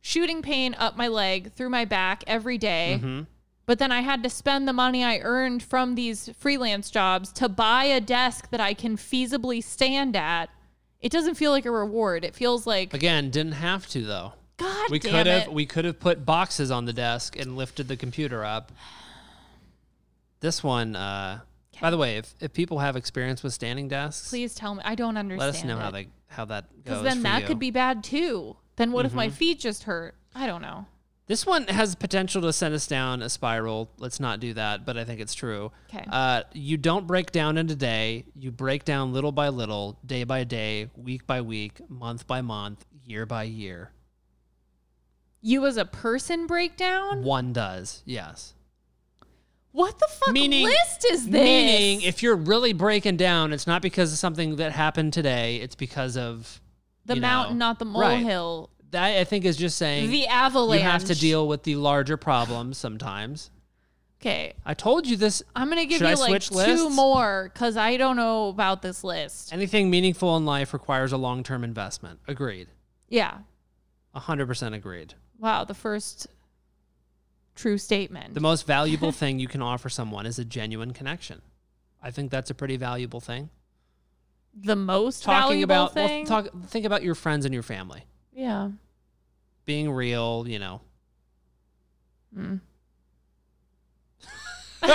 D: shooting pain up my leg through my back every day.
C: Mhm.
D: But then I had to spend the money I earned from these freelance jobs to buy a desk that I can feasibly stand at. It doesn't feel like a reward. It feels like
C: Again, didn't have to though.
D: God
C: we
D: damn
C: could have
D: it.
C: we could have put boxes on the desk and lifted the computer up. This one, uh, by the way, if, if people have experience with standing desks,
D: please tell me I don't
C: let
D: understand.
C: us know how
D: it.
C: they how that goes.
D: Because then
C: for
D: that
C: you.
D: could be bad too. Then what if my
C: Mhm.
D: feet just hurt? I don't know.
C: This one has potential to send us down a spiral. Let's not do that, but I think it's true.
D: 'Kay.
C: Uh, you don't break down in a day. You break down little by little, day by day, week by week, month by month, year by year.
D: You as a person breakdown?
C: One does, yes.
D: What the fuck
C: Meaning-
D: list is this?
C: Meaning, if you're really breaking down, it's not because of something that happened today. It's because of
D: the
C: you know-
D: mountain, not the
C: Right.
D: molehill.
C: That I think is just saying
D: The avalanche.
C: You have to deal with the larger problems sometimes.
D: Okay.
C: I told you this.
D: I'm gonna give
C: Should I
D: you like
C: switch
D: two
C: lists?
D: more because I don't know about this list.
C: Anything meaningful in life requires a long term investment. Agreed.
D: Yeah.
C: 100% agreed.
D: Wow. The first true statement.
C: The most
D: [LAUGHS]
C: valuable thing you can offer someone is a genuine connection. I think that's a pretty valuable thing.
D: the most
C: Talking
D: valuable
C: about, well,
D: thing.
C: talk, think about your friends and your family.
D: yeah.
C: Being real, you know.
D: Mm.
C: [LAUGHS]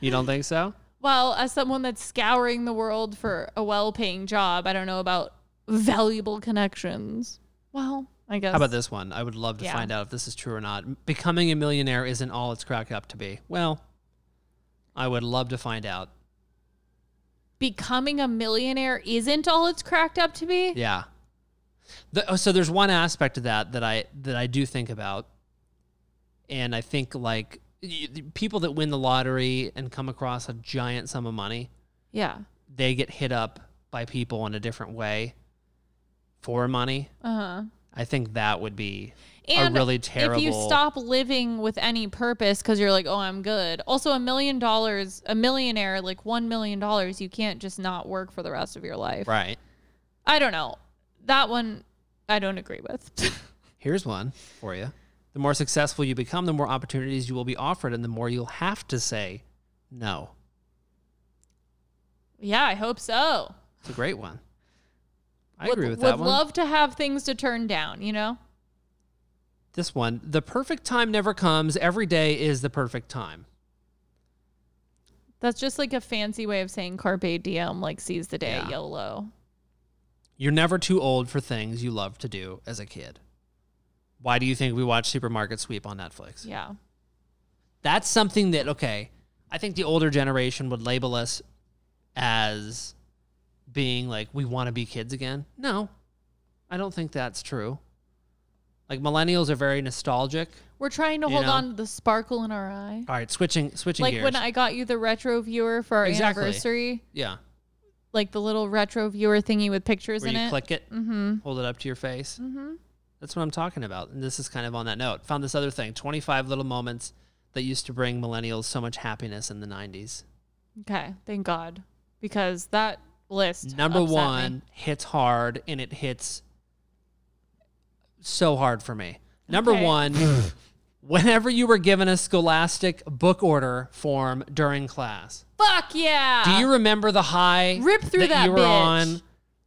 C: You don't think so?
D: well, as someone that's scouring the world for a well-paying job, I don't know about valuable connections. Well, I guess.
C: How about this one? I would love to
D: Yeah.
C: find out if this is true or not. Becoming a millionaire isn't all it's cracked up to be. Well, I would love to find out.
D: Becoming a millionaire isn't all it's cracked up to be.
C: Yeah. The, oh, so there's one aspect of that that I that I do think about, and I think like y- the people that win the lottery and come across a giant sum of money,
D: Yeah.
C: they get hit up by people in a different way for money.
D: Uh huh.
C: I think that would be
D: and
C: a really terrible.
D: if you stop living with any purpose because you're like oh i'm good also a million dollars a millionaire like one million dollars you can't just not work for the rest of your life
C: right?
D: i don't know that one i don't agree with [LAUGHS]
C: Here's one for you. The more successful you become, the more opportunities you will be offered, and the more you'll have to say no.
D: yeah i hope so
C: It's a great one. I
D: would,
C: agree with
D: would
C: that one.
D: love to have things to turn down you know
C: This one, the perfect time never comes. Every day is the perfect time.
D: that's just like a fancy way of saying carpe diem like seize the day
C: Yeah.
D: yolo
C: You're never too old for things you love to do as a kid. Why do you think we watch Supermarket Sweep on Netflix?
D: yeah
C: That's something that, okay, I think the older generation would label us as being like, we want to be kids again. No, I don't think that's true. Like, millennials are very nostalgic.
D: we're trying to
C: You
D: hold
C: know?
D: on to the sparkle in our eye
C: All right, switching, switching
D: like
C: gears.
D: when i got you the retro viewer for our
C: Exactly.
D: anniversary
C: yeah,
D: like the little retro viewer thingy with pictures
C: where
D: in
C: you
D: it.
C: click it,
D: Mm-hmm.
C: hold it up to your face.
D: Mm-hmm.
C: That's what I'm talking about. And this is kind of on that note. Found this other thing 25 little moments that used to bring millennials so much happiness in the 90s.
D: Okay, thank God, because that list
C: Number
D: upset me.
C: one hits hard and it hits so hard for me. Number
D: Okay. [LAUGHS]
C: one, whenever you were given a scholastic book order form during class,
D: Fuck yeah!
C: do you remember the high
D: Uh, rip through that,
C: you were
D: bitch.
C: on?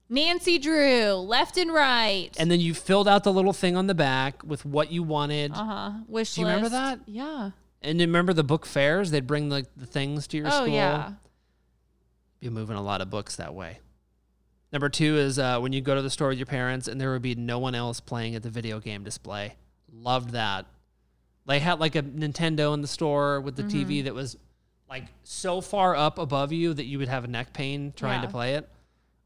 D: Nancy Drew, left and right.
C: And then you filled out the little thing on the back with what you wanted.
D: Uh huh. Wish
C: Do you remember
D: list.
C: that?
D: Yeah.
C: And you remember the book fairs? They'd bring like the things to your
D: oh
C: school.
D: yeah.
C: You're moving a lot of books that way. Number two is uh, when you go to the store with your parents and there would be no one else playing at the video game display. Loved that. They had like a Nintendo in the store with
D: Mm-hmm.
C: the TV that was like so far up above you that you would have a neck pain trying to
D: Yeah.
C: play it.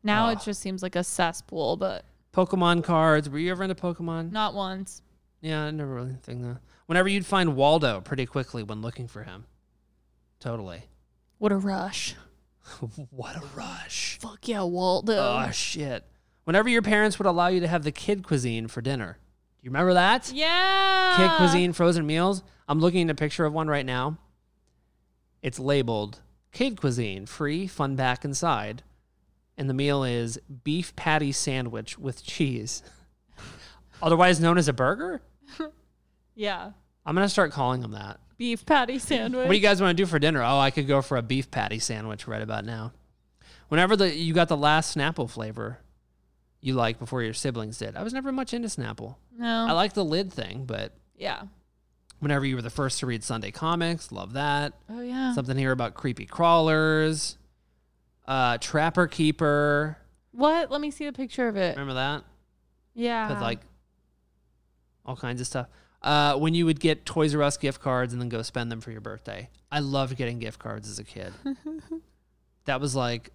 D: Now
C: Ah.
D: it just seems like a cesspool, but
C: Pokemon cards. Were you ever into Pokemon?
D: not once.
C: Yeah, I never really think that. Whenever you'd find Waldo pretty quickly when looking for him. Totally. [LAUGHS]
D: What a rush.
C: what a rush.
D: Fuck yeah, Waldo.
C: Oh shit. Whenever your parents would allow you to have the kid cuisine for dinner. Do you remember that?
D: yeah.
C: Kid cuisine frozen meals. I'm looking at a picture of one right now. It's labeled Kid Cuisine, free, fun back inside. And the meal is beef patty sandwich with cheese. [LAUGHS] Otherwise known as a burger?
D: Yeah.
C: I'm gonna start calling them that.
D: Beef patty sandwich.
C: What do you guys want to do for dinner? Oh, I could go for a beef patty sandwich right about now. Whenever the you got the last Snapple flavor you liked before your siblings did. I was never much into Snapple.
D: No.
C: I like the lid thing, but
D: yeah.
C: whenever you were the first to read Sunday comics, love that.
D: Oh yeah.
C: Something here about creepy crawlers, uh, Trapper Keeper.
D: What? Let me see the picture of it.
C: Remember that?
D: Yeah.
C: But like all kinds of stuff. Uh, when you would get Toys R Us gift cards and then go spend them for your birthday. I loved getting gift cards as a kid. that was like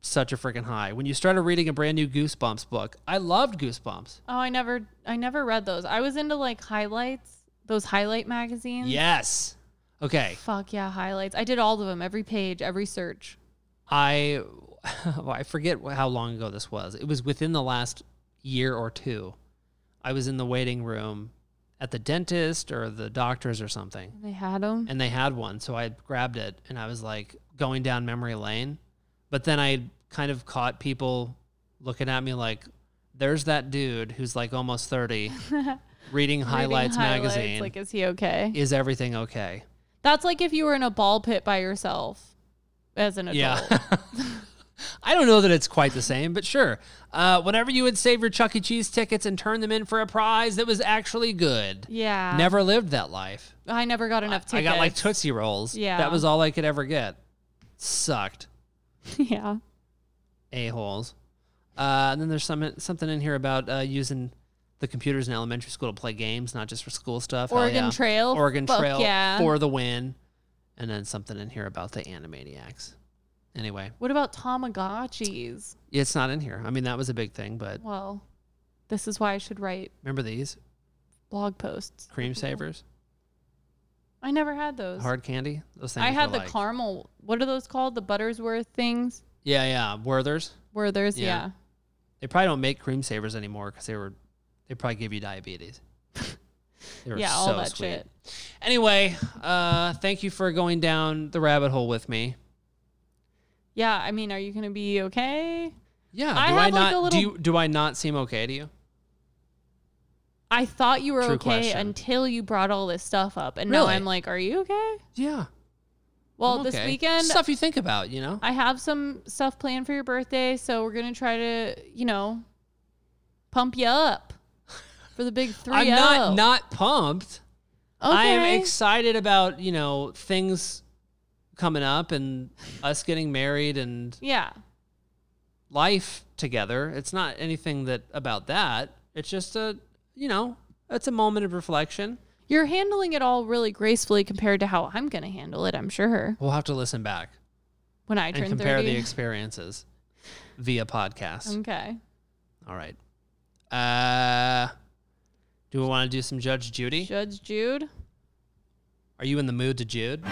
C: such a freaking high. When you started reading a brand new Goosebumps book, I loved Goosebumps.
D: Oh, I never I never read those. I was into like highlights, those highlight magazines.
C: Yes. Okay.
D: Fuck yeah, highlights. I did all of them, every page, every search.
C: I [LAUGHS] well, I forget wh- how long ago this was. It was within the last year or two. I was in the waiting room at the dentist or the doctor's or something.
D: They had them.
C: and they had one so i grabbed it and i was like going down memory lane but then i kind of caught people looking at me like there's that dude who's like almost
D: [LAUGHS]
C: 30 reading highlights magazine
D: Like, is he okay?
C: is everything okay
D: That's like if you were in a ball pit by yourself as an adult.
C: [LAUGHS] yeah i don't know that it's quite the same but sure uh, whenever you would save your chuck e cheese tickets and turn them in for a prize that was actually good
D: Yeah.
C: never lived that life
D: I never got enough tickets.
C: i got like tootsie rolls
D: Yeah.
C: that was all i could ever get sucked
D: [LAUGHS] yeah.
C: a holes. Uh, and then there's some something in here about uh, using the computers in elementary school to play games, not just for school stuff. Hell
D: Oregon
C: yeah.
D: Trail.
C: Oregon
D: Fuck
C: Trail
D: yeah.
C: for the win. And then something in here about the Animaniacs. Anyway,
D: What about Tamagotchis?
C: it's not in here. I mean, that was a big thing, but
D: Well, this is why I should write
C: remember these
D: blog posts.
C: cream savers,
D: I never had those.
C: hard candy, those things.
D: I had
C: were
D: the
C: like-
D: caramel. What are those called? The Buttersworth things?
C: Yeah, yeah, Werthers.
D: Werther's?
C: Yeah.
D: Yeah.
C: They probably don't make cream savers anymore because they were, they probably give you diabetes. [LAUGHS] They
D: Yeah,
C: were
D: all
C: so
D: that
C: sweet.
D: shit.
C: Anyway, uh, thank you for going down the rabbit hole with me.
D: Yeah. I mean, are you going to be okay?
C: Yeah,
D: I
C: do I
D: have, like,
C: not
D: a
C: do
D: little-
C: you, do I not seem okay to you?
D: I thought you were
C: True
D: okay
C: question.
D: until you brought all this stuff up. And now
C: Really?
D: I'm like, are you okay?
C: Yeah.
D: Well,
C: I'm
D: this
C: okay.
D: weekend,
C: stuff you think about, you know.
D: I have some stuff planned for your birthday, so we're gonna try to, you know, pump you up for the big 3
C: [LAUGHS] I'm not not pumped. I am
D: oh. Okay.
C: excited about you know things coming up and us getting married and
D: Yeah,
C: life together. It's not anything that about that. It's just a you know it's a moment of reflection.
D: you're handling it all really gracefully compared to how I'm gonna handle it. I'm sure
C: We'll have to listen back
D: when I
C: and
D: turn
C: compare the
D: thirty.
C: experiences via podcast.
D: okay.
C: All right. Uh, do we want to do some Judge Judy?
D: Judge Jude.
C: Are you in the mood to Jude?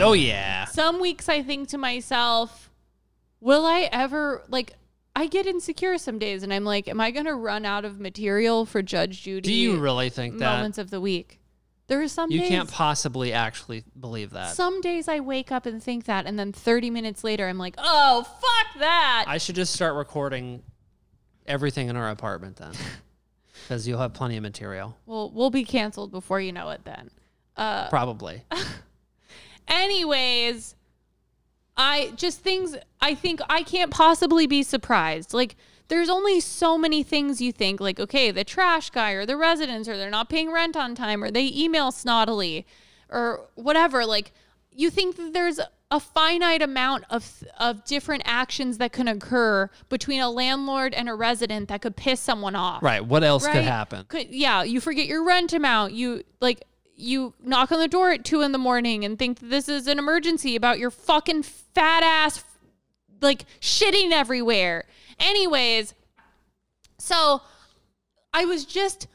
C: Oh yeah.
D: Some weeks I think to myself, will I ever like I get insecure some days and I'm like, am I going to run out of material for Judge Judy?
C: Do you really think that?
D: moments of the week? There are some
C: You
D: days
C: can't possibly actually believe that.
D: Some days I wake up and think that and then 30 minutes later I'm like, "Oh, fuck that."
C: I should just start recording everything in our apartment
D: [LAUGHS]
C: then, because you'll have plenty of material.
D: Well, we'll be canceled before you know it then. Uh [LAUGHS]
C: Probably.
D: anyways i just things i think i can't possibly be surprised like there's only so many things you think like okay the trash guy or the residents or they're not paying rent on time or they email snottily or whatever like you think that there's a finite amount of of different actions that can occur between a landlord and a resident that could piss someone off
C: Right. What else could
D: right?
C: happen?
D: Could, yeah, you forget your rent amount. You like you knock on the door at two in the morning and think that this is an emergency about your fucking fat ass like shitting everywhere. Anyways, so I was just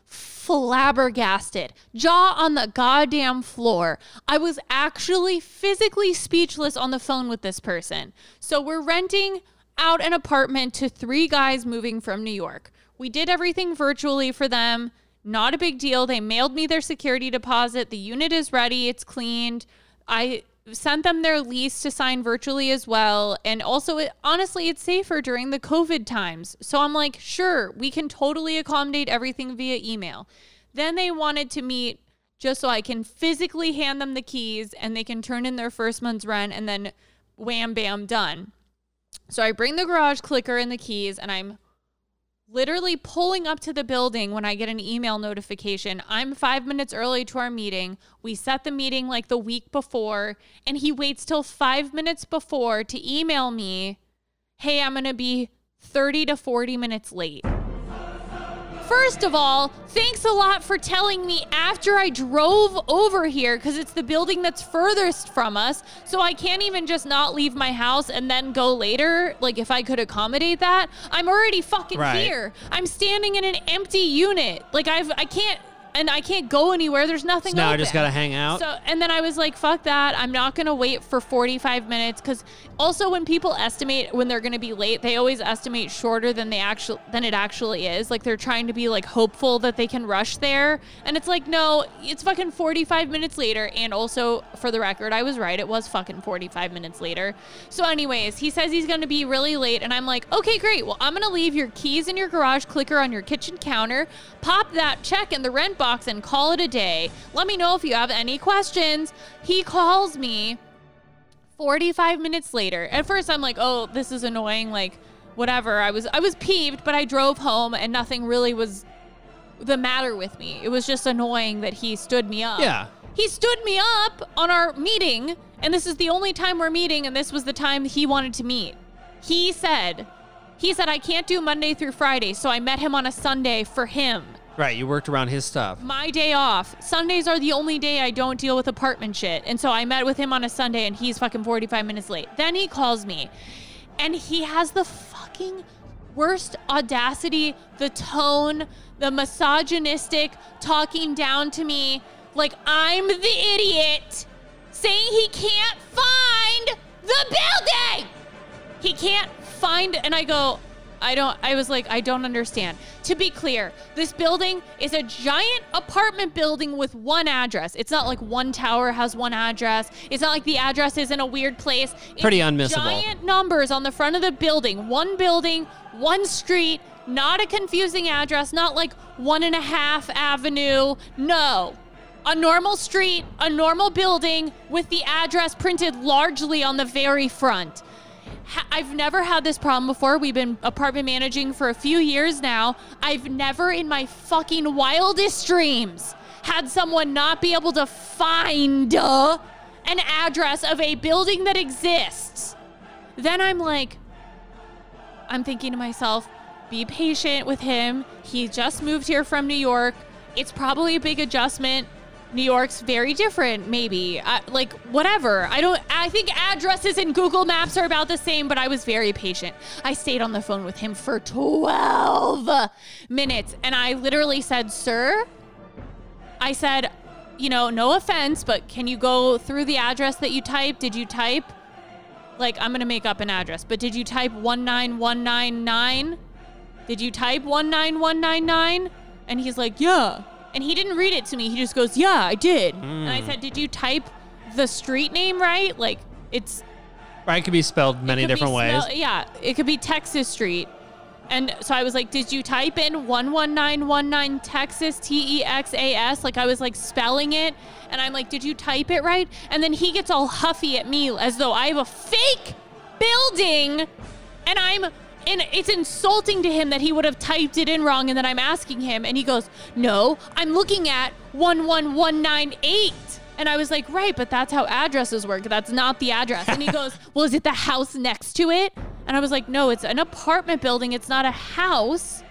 D: flabbergasted, jaw on the goddamn floor. I was actually physically speechless on the phone with this person. So we're renting out an apartment to three guys moving from New York. We did everything virtually for them. Not a big deal. They mailed me their security deposit. The unit is ready, it's cleaned. I sent them their lease to sign virtually as well. And also, it, honestly, it's safer during the COVID times. So I'm like, sure, we can totally accommodate everything via email. Then they wanted to meet just so I can physically hand them the keys and they can turn in their first month's rent and then wham, bam, done. So I bring the garage clicker and the keys and I'm literally pulling up to the building when I get an email notification. I'm five minutes early to our meeting. We set the meeting like the week before, and he waits till five minutes before to email me, Hey, I'm going to be 30 to 40 minutes late. First of all, thanks a lot for telling me after I drove over here because it's the building that's furthest from us. So I can't even just not leave my house and then go later. Like, if I could accommodate that, I'm already fucking
C: Right.
D: here. I'm standing in an empty unit. Like, I've, I can't. And I can't go anywhere. There's nothing.
C: So now I
D: open.
C: just gotta hang out?
D: So and then I was like, "Fuck that! I'm not gonna wait for 45 minutes." Because also, when people estimate when they're gonna be late, they always estimate shorter than they actually than it actually is. Like they're trying to be like hopeful that they can rush there, and it's like, no, it's fucking 45 minutes later. And also, for the record, I was right; it was fucking 45 minutes later. So, anyways, he says he's gonna be really late, and I'm like, "Okay, great. Well, I'm gonna leave your keys in your garage clicker on your kitchen counter, pop that check in the rent box, and call it a day. Let me know if you have any questions." He calls me. 45 minutes later. At first I'm like, "Oh, this is annoying." Like, whatever. I was I was peeved, but I drove home and nothing really was the matter with me. It was just annoying that he stood me up.
C: Yeah.
D: He stood me up on our meeting, and this is the only time we're meeting and this was the time he wanted to meet. He said he said I can't do Monday through Friday, so I met him on a Sunday for him.
C: Right. You worked around his stuff.
D: My day off. Sundays are the only day I don't deal with apartment shit. And so I met with him on a Sunday and he's fucking 45 minutes late. Then he calls me and he has the fucking worst audacity, the tone, the misogynistic talking down to me like I'm the idiot saying he can't find the building. He can't find and I go I don't I was like I don't understand. To be clear, this building is a giant apartment building with one address. It's not like one tower has one address. It's not like the address is in a weird place. It's
C: Pretty unmissable.
D: Giant numbers on the front of the building. One building, one street, not a confusing address, not like one and a half avenue. No. A normal street, a normal building with the address printed largely on the very front ha- I've never had this problem before. We've been apartment managing for a few years now. I've never in my fucking wildest dreams had someone not be able to find uh, an address of a building that exists. Then I'm like, I'm thinking to myself, be patient with him. He just moved here from New York. It's probably a big adjustment. New York's very different, maybe. I, like, whatever. I don't, I think addresses in Google Maps are about the same, but I was very patient. I stayed on the phone with him for 12 minutes and I literally said, Sir, I said, you know, no offense, but can you go through the address that you typed? Did you type, like, I'm going to make up an address, but did you type 19199? Did you type 19199? And he's like, yeah. And he didn't read it to me. He just goes, yeah, I did. And I
C: Mm.
D: said, did you type the street name right? Like, it's
C: Right, it could be spelled many
D: could be
C: different ways.
D: smell- yeah, it could be Texas Street. And so I was like, did you type in 11919 Texas, T E X A S? Like I was like spelling it. And I'm like, did you type it right? And then he gets all huffy at me as though I have a fake building. And I'm, and it's insulting to him that he would have typed it in wrong and that I'm asking him. And he goes, no, I'm looking at 11198. And I was like, right, but that's how addresses work. That's not the address. And he goes, well, is it the house next to it? And I was like, no, it's an apartment building. It's not a house.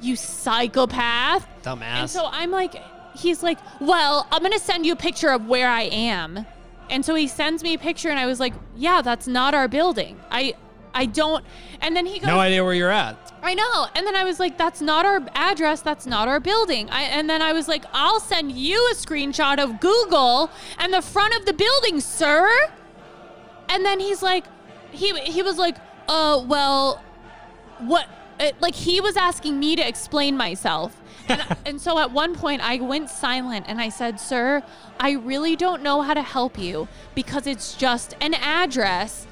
D: You psychopath.
C: Dumbass.
D: And so I'm like, he's like, well, I'm going to send you a picture of where I am. And so he sends me a picture and I was like, yeah, that's not our building. I I don't. And then he goes,
C: no idea where you're at.
D: I know. And then I was like, that's not our address. That's not our building. I, and then I was like, I'll send you a screenshot of Google and the front of the building, sir. And then he's like, he, he was like, uh, well, what? It, like he was asking me to explain myself. And, and so at one point I went silent and I said, sir, I really don't know how to help you because it's just an address.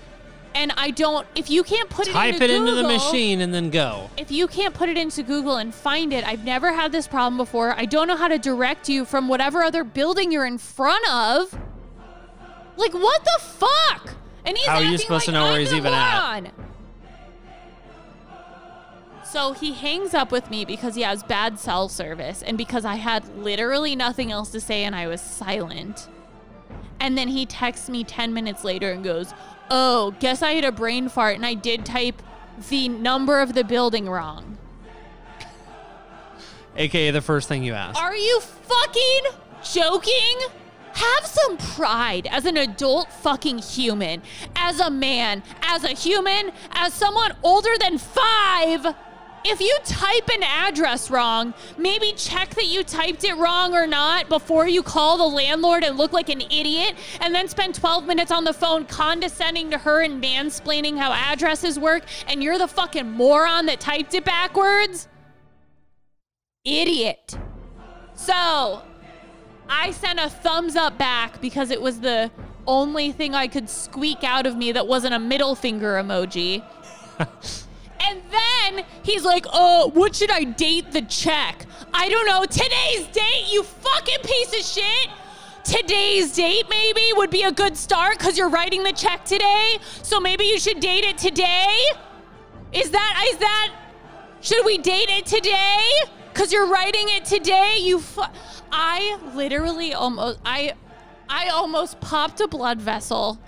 D: And I don't, if you can't put
C: Type
D: it into Google,
C: the machine and then go.
D: if you can't put it into Google and find it, I've never had this problem before. I don't know how to direct you from whatever other building you're in front of. Like, what the fuck? And he's
C: How are you
D: acting
C: supposed to
D: like
C: know where
D: I'm
C: he's
D: the
C: even at?
D: moron. So he hangs up with me because he has bad cell service and because I had literally nothing else to say and I was silent. And then he texts me 10 minutes later and goes, Oh, guess I had a brain fart and I did type the number of the building wrong.
C: AKA the first thing you ask.
D: Are you fucking joking? Have some pride as an adult fucking human, as a man, as a human, as someone older than five. If you type an address wrong, maybe check that you typed it wrong or not before you call the landlord and look like an idiot and then spend 12 minutes on the phone condescending to her and mansplaining how addresses work and you're the fucking moron that typed it backwards? Idiot. So I sent a thumbs up back because it was the only thing I could squeak out of me that wasn't a middle finger emoji. and then he's like, "Oh, what should I date the check? I don't know. Today's date, you fucking piece of shit." Today's date maybe would be a good start because you're writing the check today. So maybe you should date it today. Is that is that should we date it today? Cause you're writing it today. You, fu- I literally almost, I, I almost popped a blood vessel.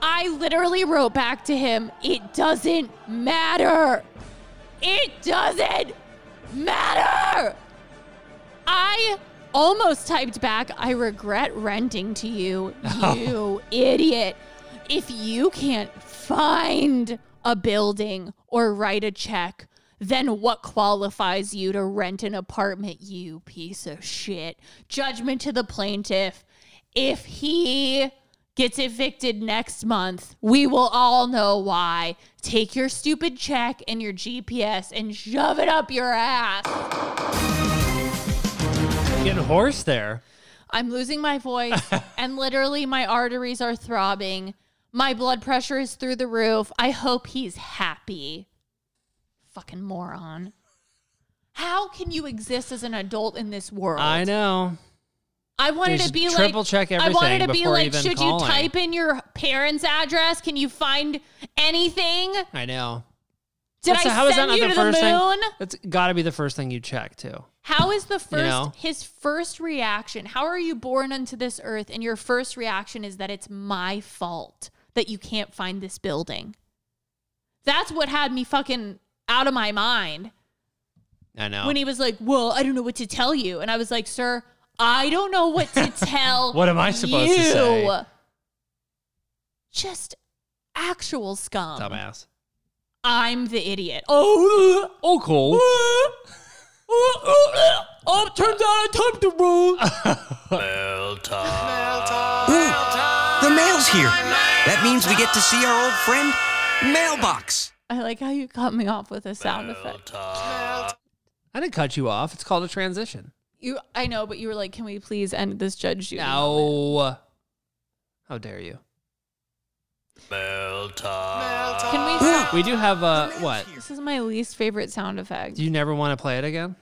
D: I literally wrote back to him. It doesn't matter. It doesn't matter. I almost typed back. I regret renting to you. You idiot. If you can't find a building or write a check, then what qualifies you to rent an apartment, you piece of shit? Judgment to the plaintiff. If he gets evicted next month, we will all know why. Take your stupid check and your GPS and shove it up your ass.
C: Getting hoarse there.
D: I'm losing
C: [LAUGHS]
D: my voice and literally my arteries are throbbing. My blood pressure is through the roof. I hope he's happy. Fucking moron. How can you exist as an adult in this world?
C: I know.
D: I wanted
C: Just
D: to be
C: triple
D: like
C: check
D: I wanted to
C: everything
D: be
C: before
D: like
C: even
D: should
C: calling.
D: you type in your parents' address? Can you find anything?
C: I know.
D: Did I send you to the
C: first
D: moon?
C: thing? That's got to be the first thing you check too.
D: How is the first
C: know?
D: his first reaction? How are you born unto this earth and your first reaction is that it's my fault that you can't find this building? That's what had me fucking out of my mind
C: I know.
D: when he was like, "Well, I don't know what to tell you," and I was like, "Sir, I don't know what
C: [LAUGHS]
D: to tell."
C: What am I supposed to say?
D: you." Just actual scum.
C: Dumbass.
D: I'm the idiot. Oh,
C: Oh,
D: [LAUGHS]
C: cool.
D: oh, turns out I typed the wrong.
G: Mail time.
H: The mail's here. That means we get to see our old friend, Mailbox.
D: I like how you cut me off with a sound effect.
C: [LAUGHS] I didn't cut you off. It's called a transition.
D: You, I know, but you were like, "Can we please end this judge duty?"
C: No. How dare you?
G: Mail time.
C: [GASPS]
D: Can we stop?
C: We do have uh, what?
D: This is my least favorite sound effect.
C: Do you never want to play it again?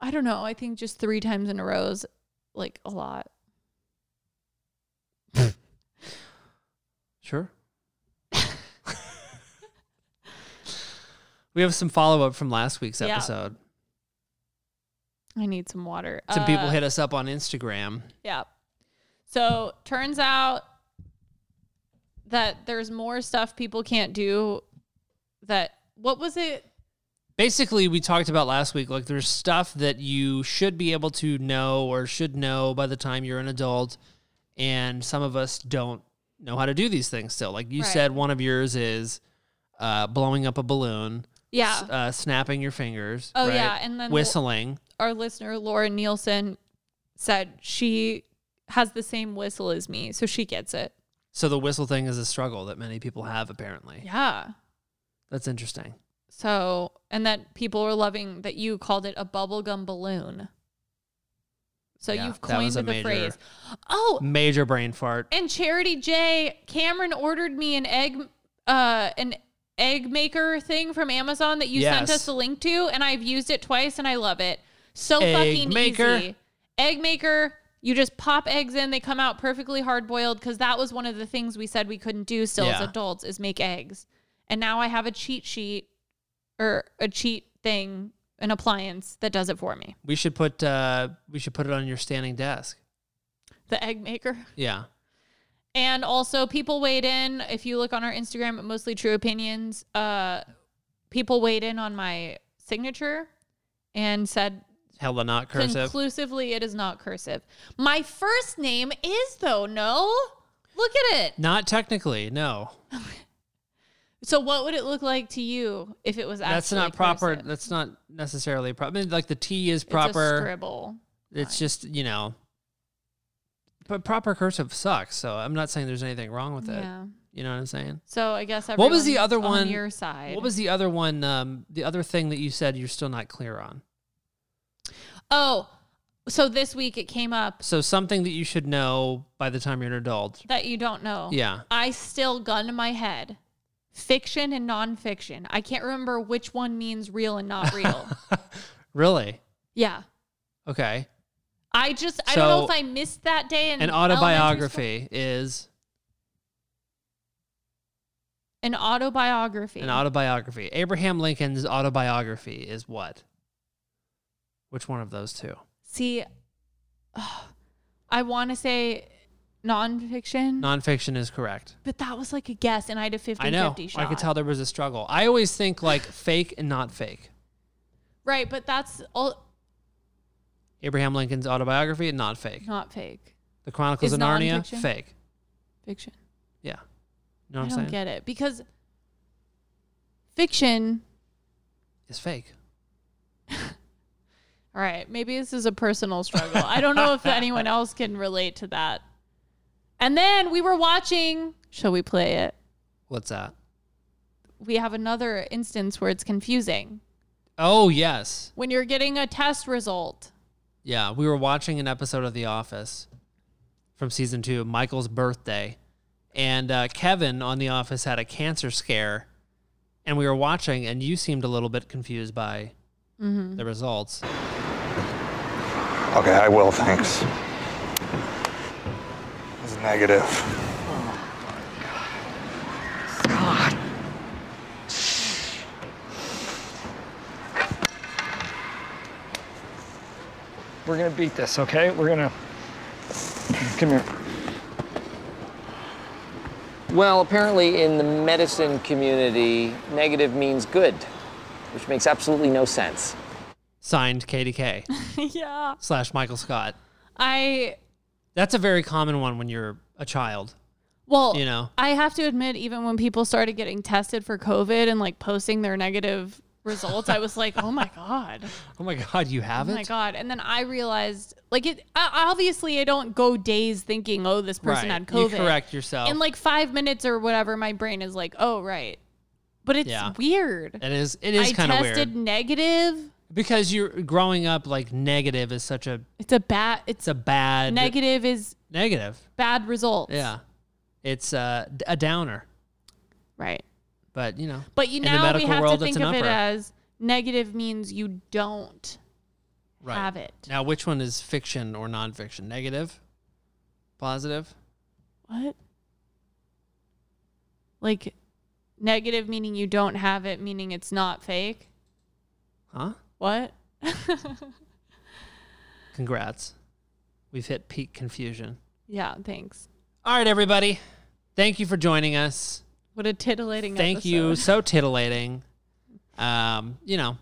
D: I don't know. I think just three times in a row is like a lot. [LAUGHS]
C: Sure. we have some follow up from last week's
D: Yeah.
C: episode.
D: I need some water.
C: Some people
D: Uh,
C: hit us up on Instagram.
D: Yeah. So turns out that there's more stuff people can't do. That what was it?
C: Basically, we talked about last week like there's stuff that you should be able to know or should know by the time you're an adult, and some of us don't know how to do these things still. Like you
D: Right.
C: said, one of yours is uh, blowing up a balloon.
D: Yeah.
C: s- Uh, snapping your fingers.
D: Oh,
C: right?
D: yeah, and then-
C: whistling.
D: Our listener Laura Nielsen said she has the same whistle as me, so she gets it.
C: So the whistle thing is a struggle that many people have apparently.
D: Yeah.
C: That's interesting.
D: So and that people were loving that you called it a bubblegum balloon. So
C: Yeah,
D: you've
C: that
D: coined
C: was
D: the
C: a major-
D: phrase. Oh,
C: Major brain fart.
D: And Charity J, Cameron ordered me an egg, uh, an egg maker thing from Amazon that you sent
C: Yes.
D: us the link to, and I've used it twice, and I love it. So
C: Egg
D: fucking
C: maker.
D: easy. Egg maker. You just pop eggs in; they come out perfectly hard boiled. Because that was one of the things we said we couldn't do still as
C: Yeah.
D: adults is make eggs. And now I have a cheat sheet or a cheat thing, an appliance that does it for me.
C: We should put uh we should put it on your standing desk.
D: The egg maker.
C: Yeah.
D: And also, people weighed in. If you look on our Instagram at Mostly True Opinions, uh, people weighed in on my signature and said
C: Hella not cursive.
D: conclusively it is not cursive. My first name is, though, no? Look at it.
C: not technically, no.
D: So, what would it look like to you if it was actually
C: That's not proper. That's not necessarily proper. I mean, like the T is proper.
D: It's a scribble.
C: It's just, you know. But proper cursive sucks, so I'm not saying there's anything wrong with it.
D: Yeah.
C: You know what I'm saying?
D: So, I guess
C: What was the
D: everyone's
C: other
D: on
C: one-
D: your side.
C: What was the other one um the other thing that you said you're still not clear on?
D: Oh, so this week it came up
C: So something that you should know by the time you're an adult.
D: that you don't know.
C: Yeah.
D: I still gun to my head. Fiction and nonfiction. I can't remember which one means real and
C: [LAUGHS]
D: not real.
C: Really?
D: yeah.
C: Okay.
D: I just I don't know
C: So,
D: if I missed that day in
C: An
D: elementary school.
C: autobiography is
D: An autobiography.
C: An autobiography. Abraham Lincoln's autobiography is what? Which one of those two?
D: See, [SIGHS] ugh, I want to say nonfiction,
C: Nonfiction is correct.
D: but that was like a guess, and I had a 50
C: I know.
D: 50 shot.
C: I could tell there was a struggle. I always think like fake and not fake.
D: Right, but that's all
C: Abraham Lincoln's autobiography and not fake.
D: not fake.
C: The Chronicles
D: Is
C: of Narnia,
D: nonfiction?
C: fake.
D: Fiction.
C: Yeah. You know what
D: I
C: am
D: don't
C: saying?
D: get it because fiction
C: It's fake.
D: All right, maybe this is a personal struggle. I don't know if anyone else can relate to that. And then we were watching. Shall we play it?
C: What's that?
D: We have another instance where it's confusing.
C: Oh, yes.
D: When you're getting a test result,
C: Yeah. We were watching an episode of The Office from season two, Michael's birthday. And uh, Kevin on The Office had a cancer scare. And we were watching, and you seemed a little bit confused by
D: Mm-hmm.
C: the results.
I: Okay, I will, thanks. It's negative.
J: We're gonna beat this, okay? We're gonna. Come here.
K: Well, apparently in the medicine community, negative means good, which makes absolutely no sense.
C: Signed KDK
D: yeah,
C: [LAUGHS] slash Michael Scott.
D: I
C: That's a very common one when you're a child.
D: well,
C: You know.
D: I have to admit, even when people started getting tested for COVID and like posting their negative results, I was like, oh my god.
C: Oh my god, you have
D: oh
C: it.
D: my god! And then I realized, like, it I, obviously I don't go days thinking, oh, this person
C: Right.
D: had COVID.
C: You correct yourself.
D: In like five minutes or whatever, my brain is like, oh right. But it's
C: Yeah.
D: weird.
C: It is. It is
D: I
C: kind of
D: tested
C: weird
D: negative.
C: because you're growing up like negative is such a
D: It's a bad. It's
C: it's a bad
D: negative is
C: Negative.
D: bad results.
C: Yeah, it's a, a downer.
D: Right.
C: But you know.
D: But you
C: in the
D: now we
C: medical
D: have
C: world,
D: to
C: it's
D: think
C: an
D: of it
C: upper.
D: as negative means you don't have it.
C: Now, which one is fiction or nonfiction? Negative, positive.
D: What? Like negative meaning you don't have it, meaning it's not fake.
C: Huh?
D: What?
C: Congrats. We've hit peak confusion.
D: Yeah, thanks.
C: All right, everybody. Thank you for joining us.
D: What a titillating
C: Thank
D: episode.
C: you. So titillating. Um, you know,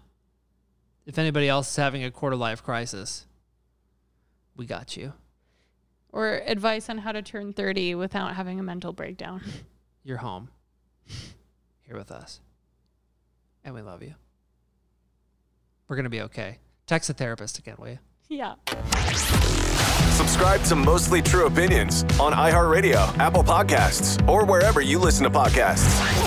C: if anybody else is having a quarter life crisis, we got you.
D: Or advice on how to turn 30 without having a mental breakdown. [LAUGHS]
C: You're home here with us. And we love you. We're going to be okay. Text a therapist again, will you?
D: yeah.
A: Subscribe to Mostly True Opinions on iHeartRadio, Apple Podcasts, or wherever you listen to podcasts.